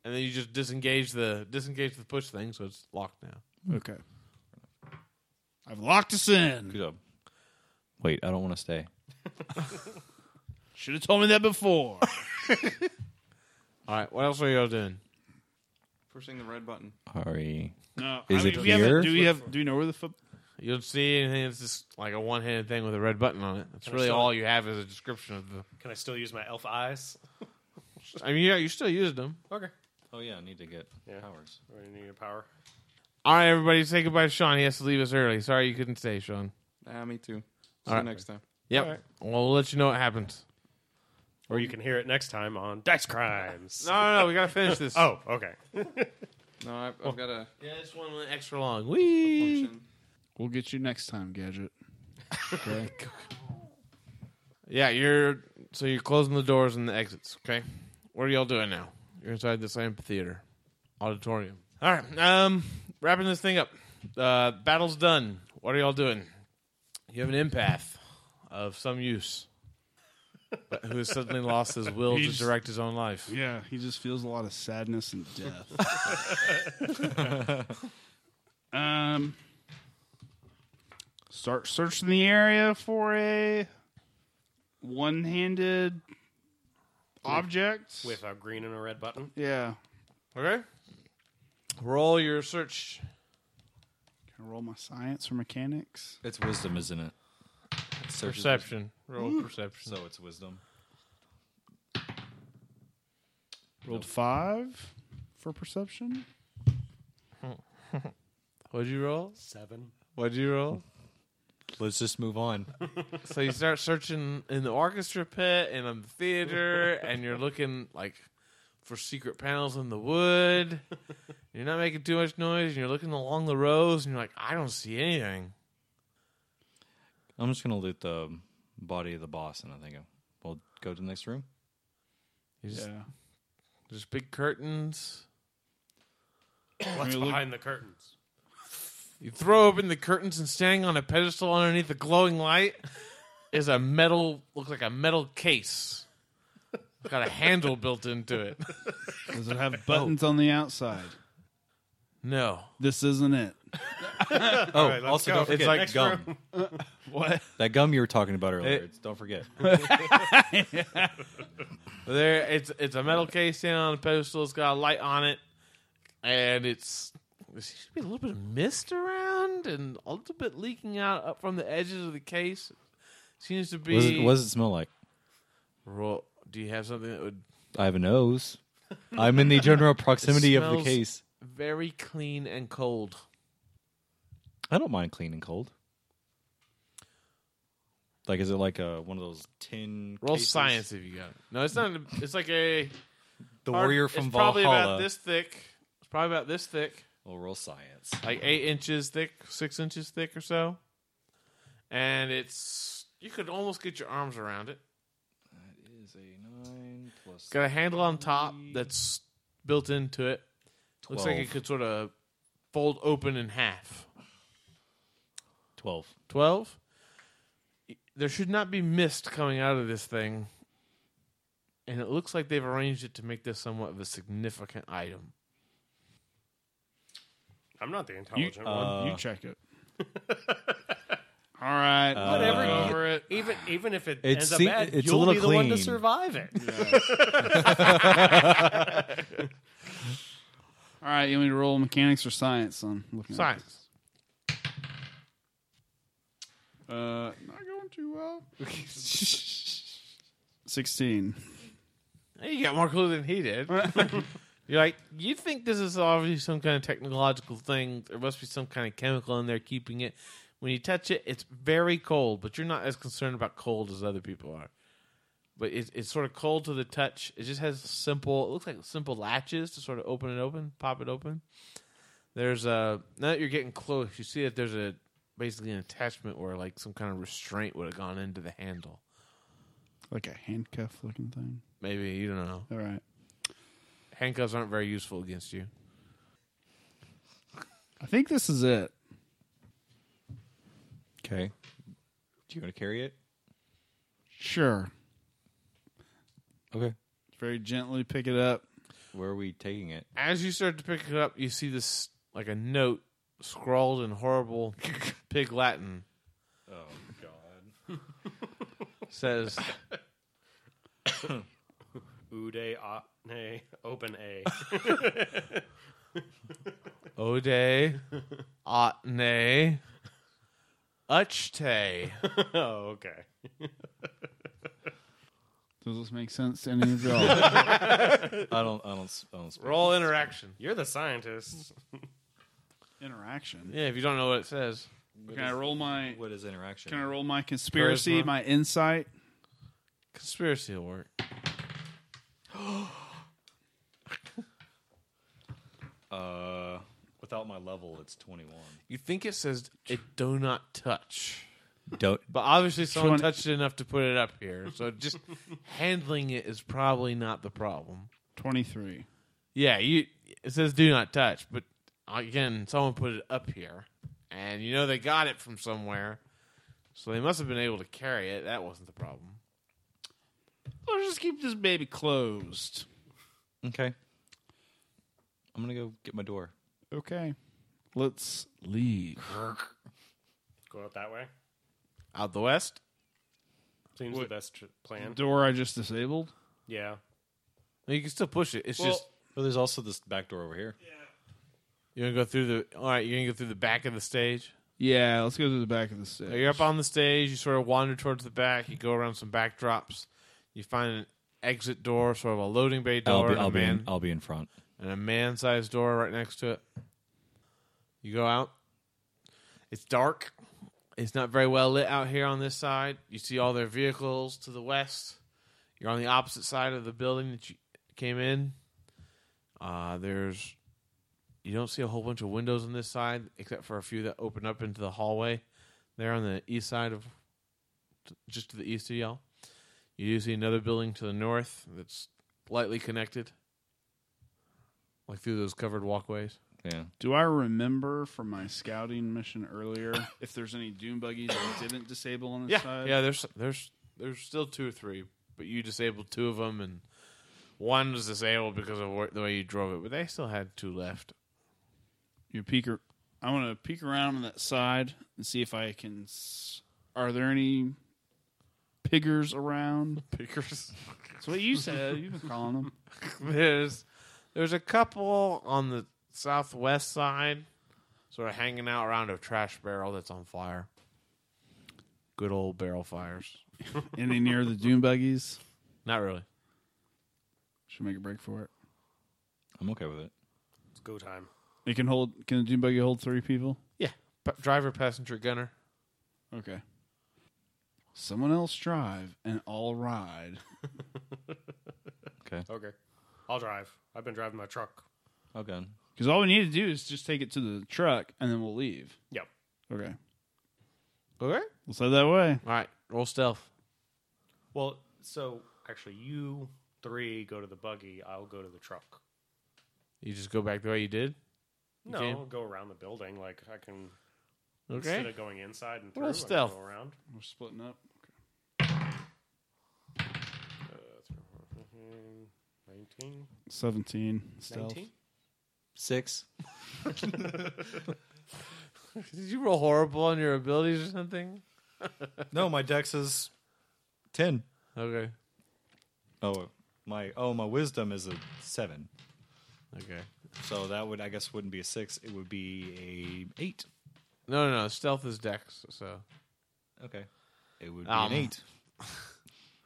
and then you just disengage the disengage the push thing, so it's locked now.
Hmm.
Okay. I've locked us in.
Good job. Wait, I don't want to stay.
Should have told me that before.
All right, what else are y'all doing?
Pushing the red button.
Hurry.
no,
Is it
do we have a-
here?
do we have? Do we know where the foot?
You don't see anything. It's just like a one-handed thing with a red button on it. That's
Can I
really
show
all
it?
you have is a description of the.
Can I still use my elf eyes?
I mean, yeah, you're still using them.
Okay.
Oh yeah, I need to get
Yeah.
powers.
Or you need your power.
All right, everybody, say goodbye to Sean. He has to leave us early. Sorry you couldn't stay, Sean.
Ah, me too. See
All right.
you next time.
Yep.
All right.
We'll let you know what happens.
Or you can hear it next time on Dice Crimes.
No, no, no. We gotta finish this.
Oh, okay.
No, I've, I've got a
yeah, this one went extra long. Wee.
function.
We'll get you next time, gadget. Okay.
Yeah, you're. So you're closing the doors and the exits. Okay. What are y'all doing now? You're inside this amphitheater, auditorium. All right. Um, wrapping this thing up. Uh, battle's done. What are y'all doing? You have an empath of some use, but who has suddenly lost his will to
He's-
direct his own life.
yeah, he just feels a lot of sadness and death. um, start searching the area for a one-handed object.
With a green and a red button.
yeah,
Okay. Roll your search.
can I roll my science or mechanics?
It's wisdom, isn't it? Search is wisdom.
Perception. Roll perception.
So it's wisdom.
Rolled five for perception.
What'd you roll?
Seven.
What'd you roll?
Let's just move on.
so you start searching in the orchestra pit and on the theater, and you're looking like for secret panels in the wood. You're not making too much noise, and you're looking along the rows, and you're like, I don't see anything.
I'm just gonna loot the body of the boss, and I think we'll go to the next room.
You just-
Yeah.
There's big curtains.
What's
look-
behind the curtains?
You throw open the curtains, and standing on a pedestal underneath the glowing light is a metal, looks like a metal case. It's got a handle built into it.
Does it have buttons on the outside?
No.
This isn't it.
Oh, also don't forget
It's like
it's like gum.
What?
that gum you were talking about earlier.
It-
it's, don't forget.
There, it's it's a metal case down on a pedestal. It's got a light on it, and it's there seems to be a little bit of mist around and a little bit leaking out up from the edges of the case. Seems to be.
What does, it, what does it smell like?
Ro- do you have something that would
I have a nose. I'm in the general proximity of the
smells-
case.
very clean and cold?
I don't mind clean and cold. Like, is it like a one of those tin?
Roll
cases?
science if you got it. No, it's not. It's like a
The
hard-
warrior from
it's probably about
Valhalla.
this thick. It's probably about this thick.
We'll roll science.
like eight inches thick, six inches thick or so. And it's you could almost get your arms around it.
Is a nine plus
It's got a handle on top that's built into it. Looks like it
Twelve.
could sort of fold open in half.
12.
12 there should not be mist coming out of this thing and it looks like they've arranged it to make this somewhat of a significant item
I'm not the intelligent one.
Uh,
you check it. All right.
Whatever.
uh,
over it. Even even if it
it's
ends up
se-
bad,
it's a
you'll
little
be the one to
clean.
survive it.
All right. You want me to roll mechanics or science? son? I'm looking at
science
this. Uh, not going too well. Sixteen.
Hey, you got more clue than he did you're like you think this is obviously some kind of technological thing there must be some kind of chemical in there keeping it when you touch it it's very cold but you're not as concerned about cold as other people are but it's, it's sort of cold to the touch it just has simple it looks like simple latches to sort of open it open pop it open there's a now that you're getting close, you see that there's a basically an attachment where like some kind of restraint would have gone into the handle.
Like a handcuff looking thing.
Maybe you don't know.
All right.
Handcuffs aren't very useful against you.
I think this is it.
Okay. Do you want to carry it?
Sure.
Okay.
Very gently pick it up.
Where are we taking it?
As you start to pick it up, you see this like a note scrawled in horrible pig Latin. Oh God! says
Ude a ne uh, open a.
Ode Otne Uchte.
oh, okay.
Does this make sense to any of y'all?
I don't. I don't. s- I don't. Speak.
Roll interaction.
You're the scientist.
Interaction.
Yeah, if you don't know what it says.
Can I roll my?
What is interaction?
Can I roll my conspiracy?
Charisma.
My insight.
Conspiracy will work.
Uh, without my level, it's twenty-one.
You think it says it do not touch.
Don't.
But obviously someone
wanna-
touched it enough to put it up here. So just handling it is probably not the problem.
Twenty-three.
Yeah, you it says do not touch, but again, someone put it up here. And you know they got it from somewhere. So they must have been able to carry it. That wasn't the problem.
Let's just keep this baby closed.
Okay. I'm gonna go get my door.
Okay. Let's leave.
Go out that way.
Out the west?
Seems the best tr- plan.
Door I just disabled.
Yeah.
Well, You can still push it. It's just
Well, Oh, there's also this back door over here.
you're gonna go through the all right, you're gonna go through the back of the stage.
Yeah, let's go to the back of the
So
stage.
you're up on the stage. You sort of wander towards the back. You go around some backdrops. You find an exit door, sort of a loading bay door, and,
I'll be. I'll
a
be.
man,
In, I'll be in front.
and a man-sized door right next to it. You go out. It's dark. It's not very well lit out here on this side. You see all their vehicles to the west. You're on the opposite side of the building that you came in. Uh, there's you don't see a whole bunch of windows on this side, except for a few that open up into the hallway there on the east side of just to the east of y'all. You do see another building to the north that's lightly connected, like through those covered walkways.
Yeah.
Do I remember from my scouting mission earlier if there's any doom buggies I didn't disable on this
Yeah,
side?
yeah. There's there's there's still two or three, but you disabled two of them, and one was disabled because of wh- the way you drove it. But they still had two left.
You peek. Or, I want to peek around on that side and see if I can. s- Are there any piggers around?
Pickers.
That's what you said. You've been calling them.
there's there's a couple on the southwest side, sort of hanging out around a trash barrel that's on fire. Good old barrel fires.
Any near the doom buggies?
Not really.
Should make a break for it.
I'm okay with it.
It's go time.
It can hold. Can the doom buggy hold three people?
Yeah. P- driver, passenger, gunner.
Okay. Someone else drive and I'll ride.
Okay.
Okay. I'll drive. I've been driving my truck.
I'll go.
Because all we need to do is just take it to the truck and then we'll leave.
Yep.
Okay.
Okay.
Let's head that way.
All right. Roll stealth.
Well, so actually, you three go to the buggy. I'll go to the truck.
You just go back the way you did. You
No,
can?
I'll go around the building. Like I can instead
Okay.
of going inside and through,
Roll
I can
stealth.
go around.
We're splitting up.
Uh, Nineteen.
17. Stealth.
Nineteen.
Six.
Did you roll horrible on your abilities or something?
No, my dex is ten.
Okay.
Oh, my oh my wisdom is a seven.
Okay.
So that would I guess wouldn't be a six. It would be a eight.
No, no, no. Stealth is dex, so.
Okay. It would be
Um.
an eight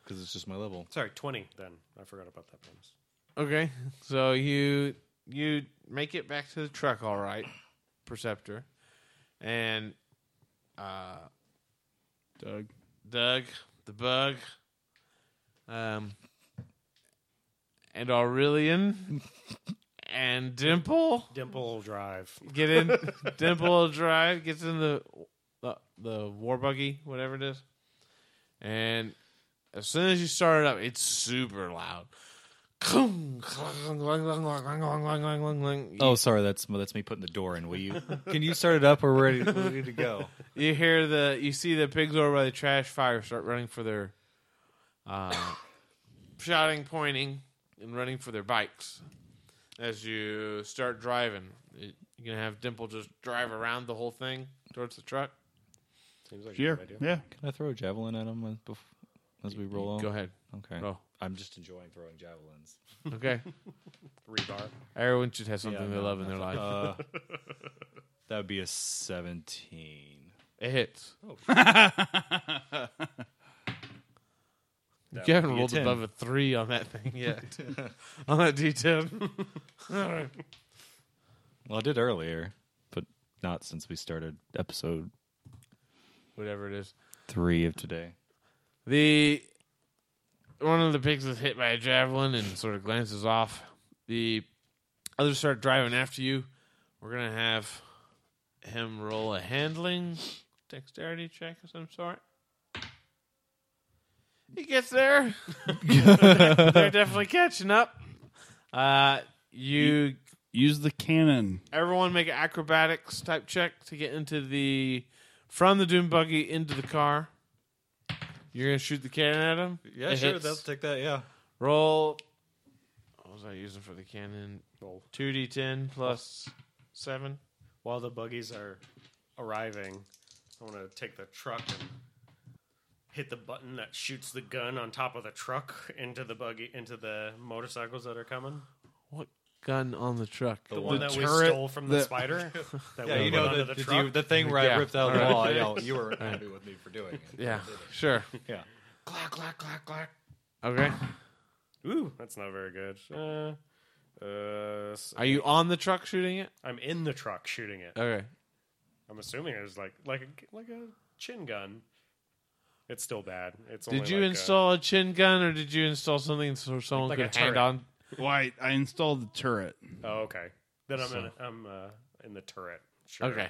because it's just my level.
Sorry, twenty. Then I forgot about that bonus.
Okay. So you you make it back to the truck all right, Perceptor. And uh
Doug.
Doug, the bug, um and Aurelian and Dimple
Dimple drive.
get in Dimple will drive, gets in the, the the war buggy, whatever it is. And as soon as you start it up, it's super loud.
Oh, sorry. That's that's me putting the door in. Will you? Can you start it up? We're ready, we're ready to go.
You hear the you see the pigs over by the trash fire start running for their uh, shouting, pointing, and running for their bikes. As you start driving, it, you're gonna have Dimple just drive around the whole thing towards the truck.
Seems like
Yeah.
a good idea.
Yeah.
Can I throw a javelin at him as, bef- as we roll on?
Go ahead.
Okay.
Roll.
I'm just enjoying throwing javelins.
Okay.
Rebar.
Everyone should have something
Yeah,
they
no,
love in their life.
Uh, that would be a 17.
it hits.
Oh.
That
you haven't
would be a
rolled
10.
above a three on that thing yet. on that D10.
Well, I did earlier, but not since we started episode
Whatever it is.
three of today.
The one of the pigs is hit by a javelin and sort of glances off. The others start driving after you. We're gonna have him roll a handling dexterity check of some sort. He gets there. They're definitely catching up. Uh, you
Use the cannon.
everyone make an acrobatics type check to get into the from the doom buggy into the car. You're gonna shoot the cannon at him. It hits.
take that. Yeah.
roll. What was I using for the cannon? Roll two d ten plus seven.
While the buggies are arriving, I want to take the truck and hit the button that shoots the gun on top of the truck into the buggy into the motorcycles that are coming.
What gun on the truck?
The, one that we
turret
stole from the,
that-
spider. That
Yeah,
we
you
put
know
onto
the,
the,
the,
truck.
the thing where
Yeah.
I ripped out the
All right.
wall. I know you weren't happy with me for doing it.
yeah, sure.
Yeah.
clack clack clack clack.
Okay.
Ooh, that's not very good. Uh, uh, s-
Are you on the truck shooting it?
I'm in the truck shooting it.
Okay.
I'm assuming it was like like a, like a chin gun. It's still bad. It's
Did
only
you
like a-
install a chin gun, or did you install something so someone
Like a
could hand
turret.
on?
Why? I installed the turret.
oh, okay. Then I'm in,
So-
I'm uh, in the turret. Sure.
Okay.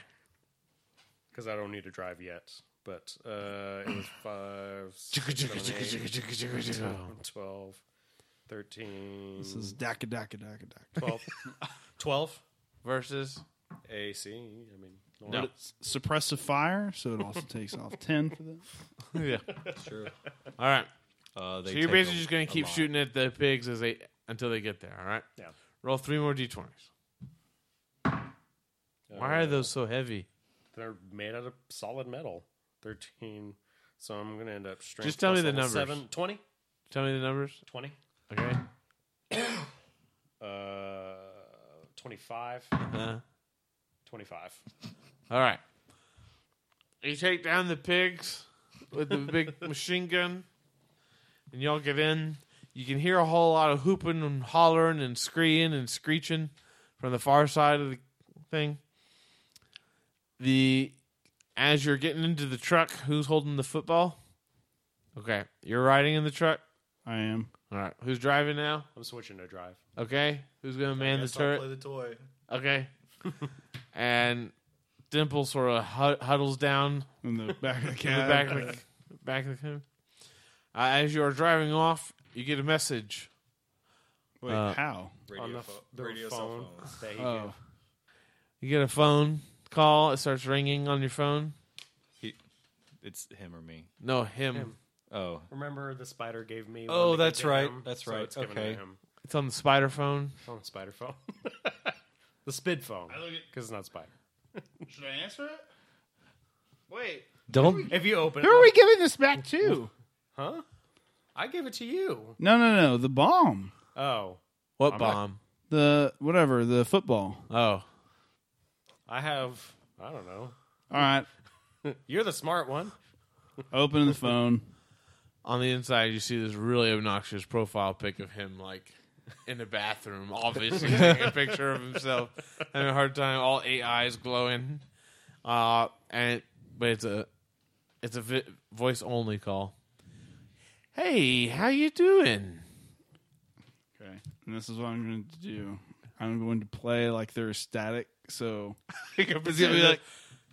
Because I don't need to drive yet. But uh, it was five, six, seven, eight, nine, 12, 13,
This is daka daka daka daka.
12. 12
Versus
AC. I mean,
no.
S- Suppressive fire, so it also takes off 10 for that.
yeah.
Sure.
All right.
Uh, they
So you're
take
basically
a-
just gonna
a
keep
lot.
shooting at the pigs as they until they get there. All right.
Yeah.
Roll three more d20s. Why are those so heavy?
They're made out of solid metal. 13. So I'm going to end up strength.
Just tell me
plus
the
level
numbers.
7, 20?
Tell me the numbers.
20?
Okay.
Uh, 25.
Uh-huh.
Uh,
25.
all right. You take down the pigs with the big machine gun, and y'all get in. You can hear a whole lot of hooping and hollering and screeing and screeching from the far side of the thing. The as you're getting into the truck, who's holding the football? Okay, you're riding in the truck.
I am.
All right, who's driving now?
I'm switching to drive.
Okay, who's gonna man the turret?
the toy.
Okay. and Dimple sort of hu- huddles down
In the back of the
in
cab.
the back of the, back of the cab. Uh, as you are driving off, you get a message
Wait,
Uh,
how?
Radio,
on the,
pho-
f- the
radio
phone
cell phones.
that he
Oh.
gave.
You get a phone call, it starts ringing on your phone.
It's him or me.
No, him.
Him.
Oh,
Remember the spider gave me.
Oh,
one to give
that's
to
right.
him?
That's
So
right.
it's given to
Okay.
him.
It's on the spider phone.
Oh, spider phone. the spid phone.
look at-
Because it's not spider.
Should I answer it? Wait.
don't.
If you open
Who
it.
are we
look-
giving this back to?
Huh? I gave it to you.
No, no, no. The bomb.
Oh.
What
I'm not-
bomb?
The whatever. The football.
Oh.
I have. I don't know.
All right.
You're the smart one.
Opening the phone.
On the inside, you see this really obnoxious profile pic of him, like in the bathroom, obviously taking a picture of himself, having a hard time, all eight eyes glowing. Uh, and but it's a it's a vi- voice only call. Hey, how you doing?
Okay. And this is what I'm going to do. I'm going to play like they're static. So it's going to be like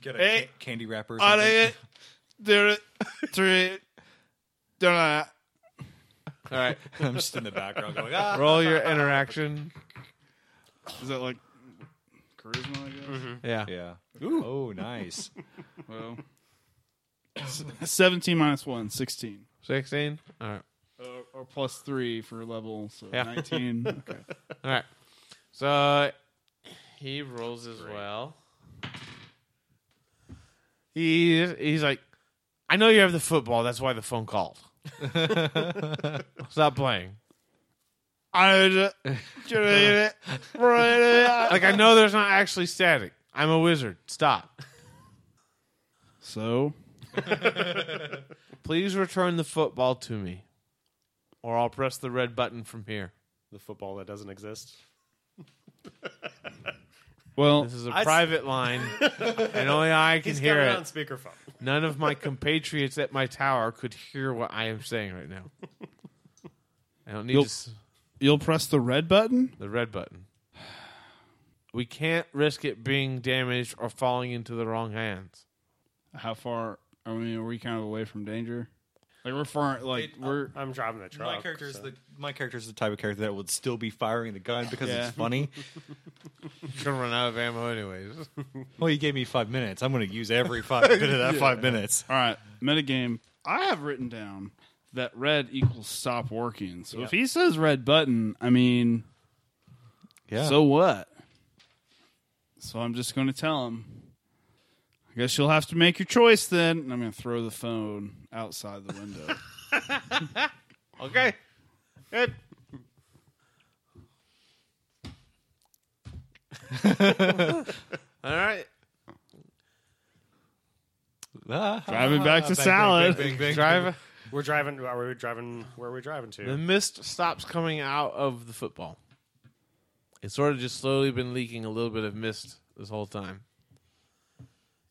Get a
Hey.
ca- candy wrapper. or
on
something.
it, do it, three, don't I?
All right,
I'm just in the background going, ah.
roll your interaction.
Is that like charisma? I guess.
Yeah,
Yeah. Oh, nice.
Well, s- seventeen minus one, 16.
sixteen. All right.
Or, Oh, or plus three for level, so
Yeah.
nineteen. Okay.
All right. So he rolls as well. He he's like, I know you have the football. That's why the phone called. Stop playing.
I
Like I know there's not actually static. I'm a wizard. Stop.
so
Please return the football to me, or I'll press the red button from here.
The football that doesn't exist.
well.
This is a
I s-
private line, and only I can
He's
hear
got
it.
on speakerphone.
None of my compatriots at my tower could hear what I am saying right now. I don't need
You'll-
to s-
You'll press the red button.
the red button. We can't risk it being damaged or falling into the wrong hands.
How far? I mean, are we kind of away from danger? Like we're far. Like
It-
we're.
I'm driving the truck.
My character's
so-
the
My character's the type of character that would still be firing the gun because
Yeah.
it's funny.
You're gonna run out of ammo anyways.
Well, you gave me five minutes. I'm going to use every five bit of that five minutes.
All right, metagame. I have written down that red equals stop working. So if he says red button, I mean,
Yeah.
so what? So I'm just going to tell him. I guess you'll have to make your choice then. And I'm going to throw the phone outside the window.
okay. Good. All right.
Ah,
Driving back to salad.
Drive.
We're driving. Are we driving? Where are we driving to?
The mist stops coming out of the football. It's sort of just slowly been leaking a little bit of mist this whole time.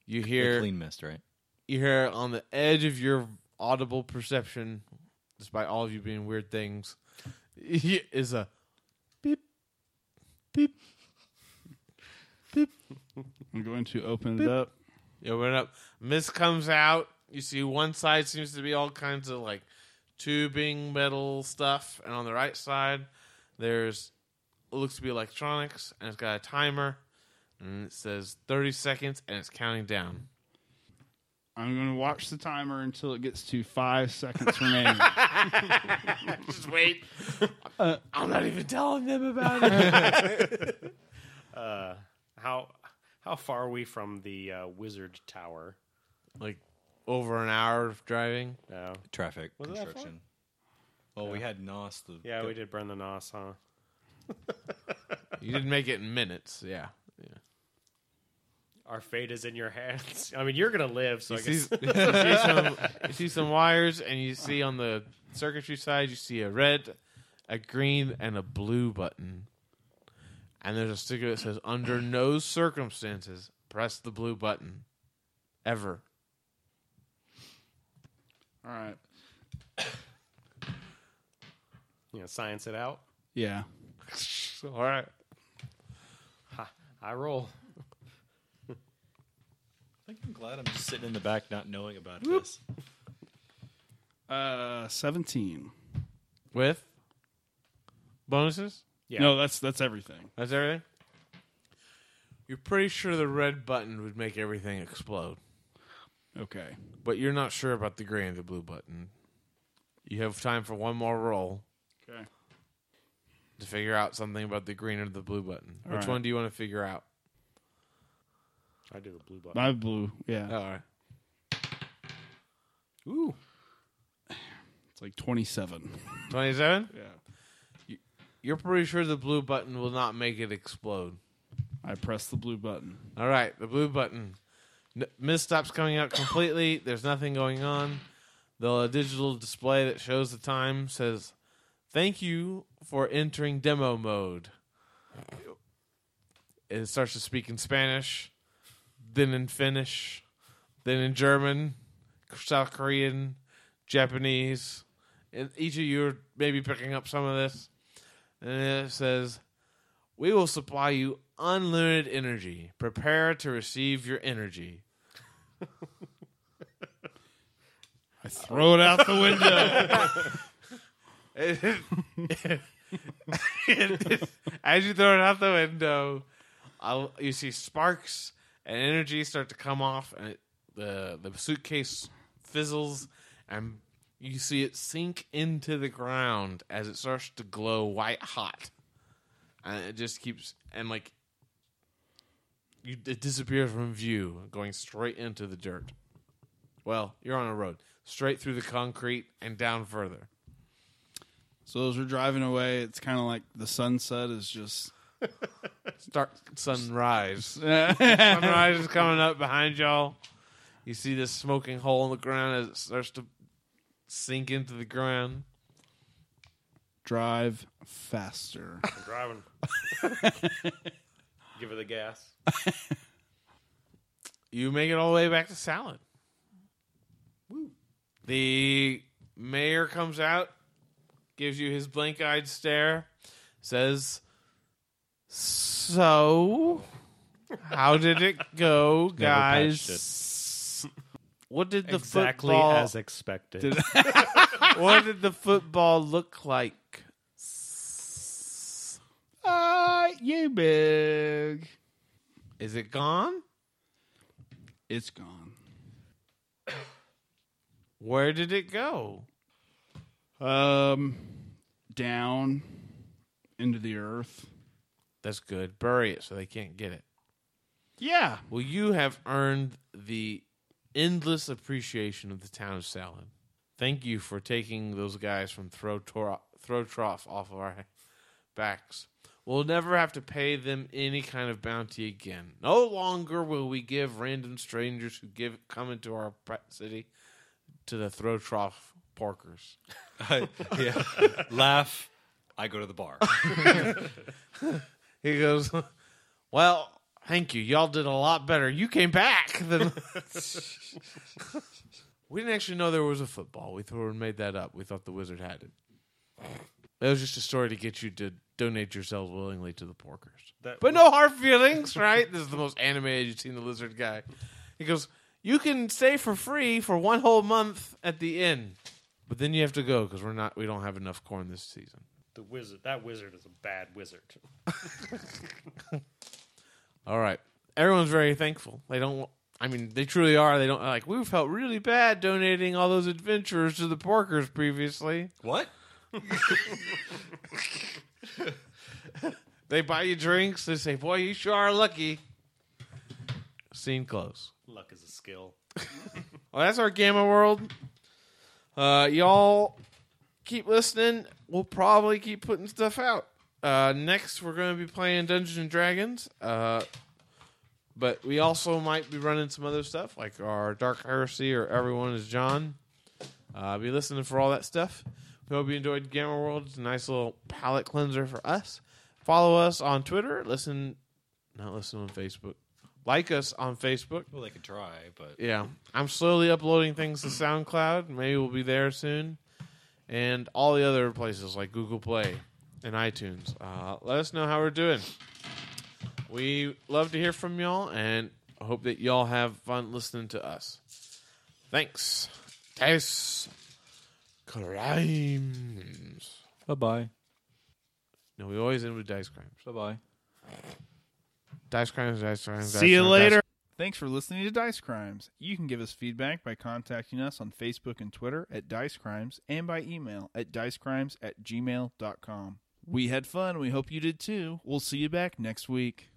You hear
Clean mist, right?
you hear on the edge of your audible perception, despite all of you being weird things, is a beep, beep, beep.
I'm going to open it up.
You open it up. Mist comes out. You see one side seems to be all kinds of like tubing, metal stuff, and on the right side there's it looks to be electronics, and it's got a timer, and it says thirty seconds, and it's counting down.
I'm going to watch the timer until it gets to five seconds remaining.
Just wait. I'm not even telling them about it.
how how far are we from the uh, wizard tower?
like over an hour of driving.
No.
Traffic
it that far?
construction. Well, we had Nos. The
Yeah, we did burn the nos, huh?
You didn't make it in minutes. Yeah. yeah.
Our fate is in your hands. I mean, you're gonna live, so I
You,
guess
see, you see some, you see some wires, and you see on the circuitry side, you see a red, a green, and a blue button. And there's a sticker that says, under no circumstances, press the blue button. Ever.
All right.
you know, science it out.
Yeah.
All right.
I roll.
I think I'm glad I'm just sitting in the back, not knowing about this.
Uh, 17.
With bonuses?
Yeah.
No, that's that's everything.
That's everything. You're pretty sure the red button would make everything explode,
Okay.
but you're not sure about the gray and the blue button. You have time for one more roll
Okay.
to figure out something about the green or the blue button. Which
right.
one do you want to figure out?
I do the blue button.
My blue. Yeah.
All right.
Ooh. It's like 27.
27?
Yeah.
You're pretty sure the blue button will not make it explode.
I press the blue button.
All right, the blue button. N- mist stops coming out completely. There's nothing going on. The digital display that shows the time says, Thank you for entering demo mode. It starts to speak in Spanish, then in Finnish, then in German, South Korean, Japanese. And each of you are maybe picking up some of this. And then it says, we will supply you unlimited energy. Prepare to receive your energy.
I throw it out the window.
As you throw it out the window, I'll, you see sparks and energy start to come off, and it, the the suitcase fizzles, and you see it sink into the ground as it starts to glow white hot, and it just keeps and like you, it disappears from view, going straight into the dirt. Well, you're on a road, straight through the concrete and down further.
so as we're driving away, it's kind of like the sunset is just.
Start sunrise. sunrise is coming up behind y'all. You see this smoking hole in the ground as it starts to sink into the ground.
Drive faster.
I'm driving. Give her the gas.
You make it all the way back to Salad. The mayor comes out, gives you his blank eyed stare, says, So, how did it go,
patched
guys? What did the
Exactly
football
as expected.
what did the football look like?
Ah, you big.
Is it gone?
It's gone.
Where did it go?
Um, down into the earth.
That's good. Bury it so they can't get it.
Yeah.
Well, you have earned the endless appreciation of the town of Salad. Thank you for taking those guys from Throw, Tor- throw Trough off of our backs. We'll never have to pay them any kind of bounty again. No longer will we give random strangers who give come into our pre- city to the Throw Trough Parkers.
yeah. Laugh. I go to the bar.
He goes, "Well, thank you. Y'all did a lot better. You came back than we didn't actually know there was a football. We thought we made that up. We thought the wizard had it. That was just a story to get you to donate yourselves willingly to the porkers.
That-
but no hard feelings, right? This is the most animated you've seen the lizard guy. He goes." You can stay for free for one whole month at the inn, but then you have to go because we're not we don't have enough corn this season.
The wizard. That wizard is a bad wizard.
All right. Everyone's very thankful. They don't. I mean, they truly are. They don't like. We felt really bad donating all those adventurers to the Porkers previously.
what?
They buy you drinks. They say, "Boy, you sure are lucky." Scene close.
Luck is a skill.
Well, that's our Gamma World. Uh, y'all keep listening. We'll probably keep putting stuff out. Uh, next, we're going to be playing Dungeons and Dragons. Uh, but we also might be running some other stuff like our Dark Heresy or Everyone is John. Uh, be listening for all that stuff. We hope you enjoyed Gamma World. It's a nice little palate cleanser for us. Follow us on Twitter. Listen, not listen on Facebook. Like us on Facebook.
Well, they could try, but
Yeah, I'm slowly uploading things to SoundCloud. Maybe we'll be there soon, and all the other places like Google Play and iTunes. Uh, let us know how we're doing. We love to hear from y'all, and I hope that y'all have fun listening to us. Thanks. Thanks. Crimes.
Bye bye.
No, we always end with dice crimes.
Bye bye.
Dice crimes, dice crimes. dice
See you
crimes, dice-
later. Thanks for listening to Dice Crimes. You can give us feedback by contacting us on Facebook and Twitter at Dice Crimes and by email at dicecrimes at gmail.com. We had fun. We hope you did too. We'll see you back next week.